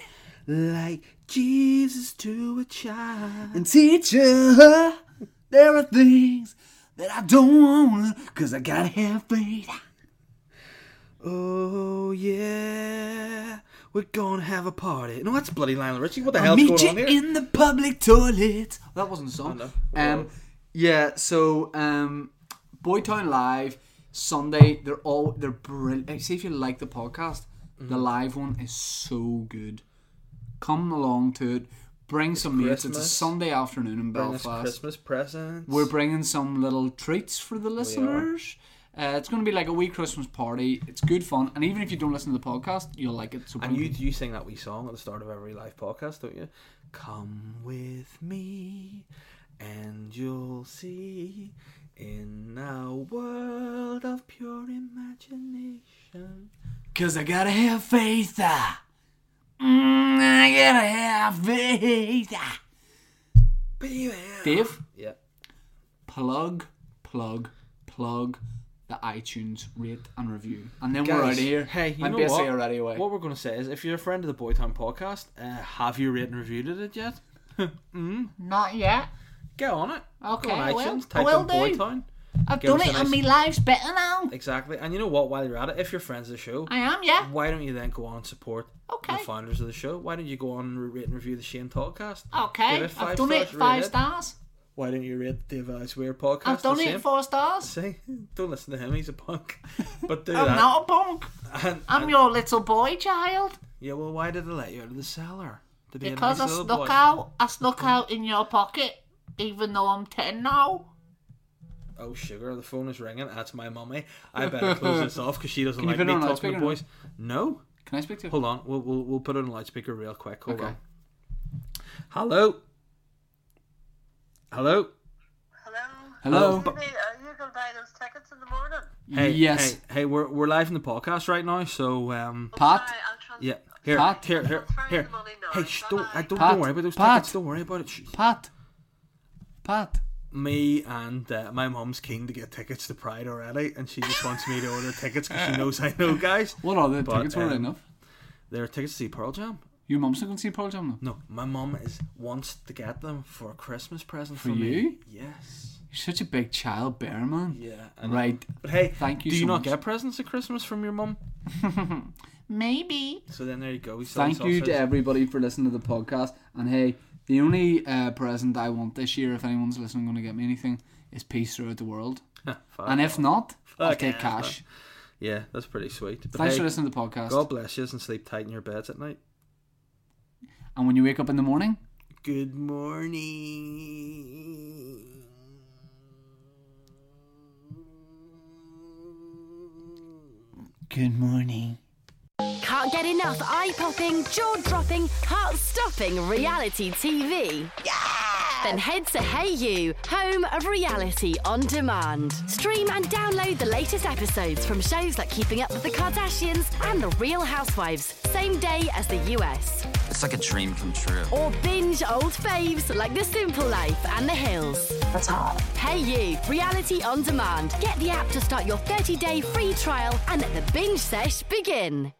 C: like Jesus to a child.
B: and teach her there are things that I don't want because I got to have faith.
C: Oh yeah, we're gonna have a party. No, that's bloody Lionel Richie. What the
B: I'll
C: hell's
B: meet
C: going
B: you
C: on here?
B: in the public toilet. Oh, That wasn't a
C: I
B: song.
C: know.
B: Um, yeah. So, um, Boytown Live Sunday. They're all they're brilliant. See if you like the podcast.
C: Mm-hmm.
B: The live one is so good. Come along to it. Bring some mates. It's a
C: Christmas.
B: Sunday afternoon in
C: Bring us
B: Belfast.
C: Christmas presents.
B: We're bringing some little treats for the listeners. Uh, it's going to be like a wee Christmas party. It's good fun, and even if you don't listen to the podcast, you'll like it. So
C: and
B: bring
C: you
B: people.
C: you sing that wee song at the start of every live podcast, don't you? Come with me, and you'll see in a world of pure imagination.
B: Cause I gotta have faith. ah. Mm, I gotta have faith. ah.
C: Baby.
B: Dave,
C: Yeah.
B: plug, plug, plug the iTunes rate and review. And then we're
C: Guys,
B: out of here.
C: Hey, you
B: I'm
C: know
B: basically
C: what?
B: already away.
C: What we're gonna say is, if you're a friend of the Boytown podcast, uh, have you rated and reviewed it yet?
G: Not yet.
C: Get on it.
G: Okay,
C: Go on
G: I
C: iTunes,
G: will.
C: type
G: I will
C: in
G: do.
C: Boytown.
G: I've
C: Give
G: done
C: us
G: it,
C: a
G: and my
C: nice-
G: life's better now.
C: Exactly. And you know what? While you're at it, if you're friends of the show,
G: I am, yeah.
C: why don't you then go on and support
G: Okay.
C: the founders of the show? Why don't you go on and rate and review the Shane Talkcast? Give
G: Okay,
C: it five
G: I've done it
C: stars,
G: five
C: rate it.
G: stars.
C: Why don't you rate the Device Weird podcast?
G: I've done
C: the
G: it
C: same?
G: four stars.
C: See? Don't listen to him. He's a punk. But do
G: I'm
C: that.
G: not a punk.
C: And-
G: I'm your little boy child.
C: yeah. Well, why did they let you out of the cellar? To be a
G: Because I
C: nice little boy.
G: snuck out. I snuck out in your pocket, even though I'm 10 now.
C: Oh sugar, the phone is ringing. That's my mummy. I better close this off because she doesn't
B: Can you
C: like
B: put it
C: me
B: on
C: talking
B: loudspeaker
C: to
B: or
C: boys. No.
B: Can I speak to you?
C: Hold on. We'll we'll, we'll put it on loudspeaker real quick. Hold
B: Okay.
C: on. Hello. Hello.
B: Hello.
H: Are you going to uh, buy those tickets in the morning?
C: Hey,
B: yes.
C: Hey, hey, we're we're live in the podcast right now, so um,
B: Pat.
H: Sorry, I'll trans-
C: yeah, here,
B: Pat?
C: here, here,
H: Transferring
C: here.
H: the money now.
C: Hey, shh, don't, I don't,
B: Pat,
C: don't worry about those
B: Pat.
C: tickets. Don't worry about it. Shh.
B: Pat. Pat.
C: Me and uh, my mum's keen to get tickets to Pride already, and she just wants me to order tickets because she knows I know guys.
B: What are the
C: But,
B: tickets? Were
C: um,
B: they enough?
C: There are tickets to see Pearl Jam.
B: Your mum's not going to see Pearl Jam though.
C: No, my mum is wants to get them for a Christmas present for,
B: you?
C: Me. Yes.
B: You're such a big child bear, man.
C: Yeah. I know.
B: Right.
C: But hey,
B: Thank you
C: Do you
B: so
C: not
B: much.
C: get presents at Christmas from your mum?
G: Maybe.
C: So then there you go. We sell
B: Thank you
C: sausage.
B: to everybody for listening to the podcast. And hey, the only uh, present I want this year, if anyone's listening, going to get me anything, is peace throughout the world.
C: Fuck
B: And if not, I'll
C: Fuck
B: take
C: yeah,
B: cash.
C: Yeah, that's pretty sweet. But
B: Thanks
C: hey,
B: for listening to the podcast.
C: God bless you and sleep tight in your beds at night.
B: And when you wake up in the morning,
C: Good morning.
B: good morning.
I: Can't get enough eye popping, jaw dropping, heart stopping reality TV. Then head to Hey You, home of reality on demand. Stream and download the latest episodes from shows like Keeping Up with the Kardashians and The Real Housewives, same day as the US.
J: It's like a dream come true.
I: Or binge old faves like The Simple Life and The Hills. That's hot. Hey You, reality on demand. Get the app to start your 30 day free trial and let the binge sesh begin.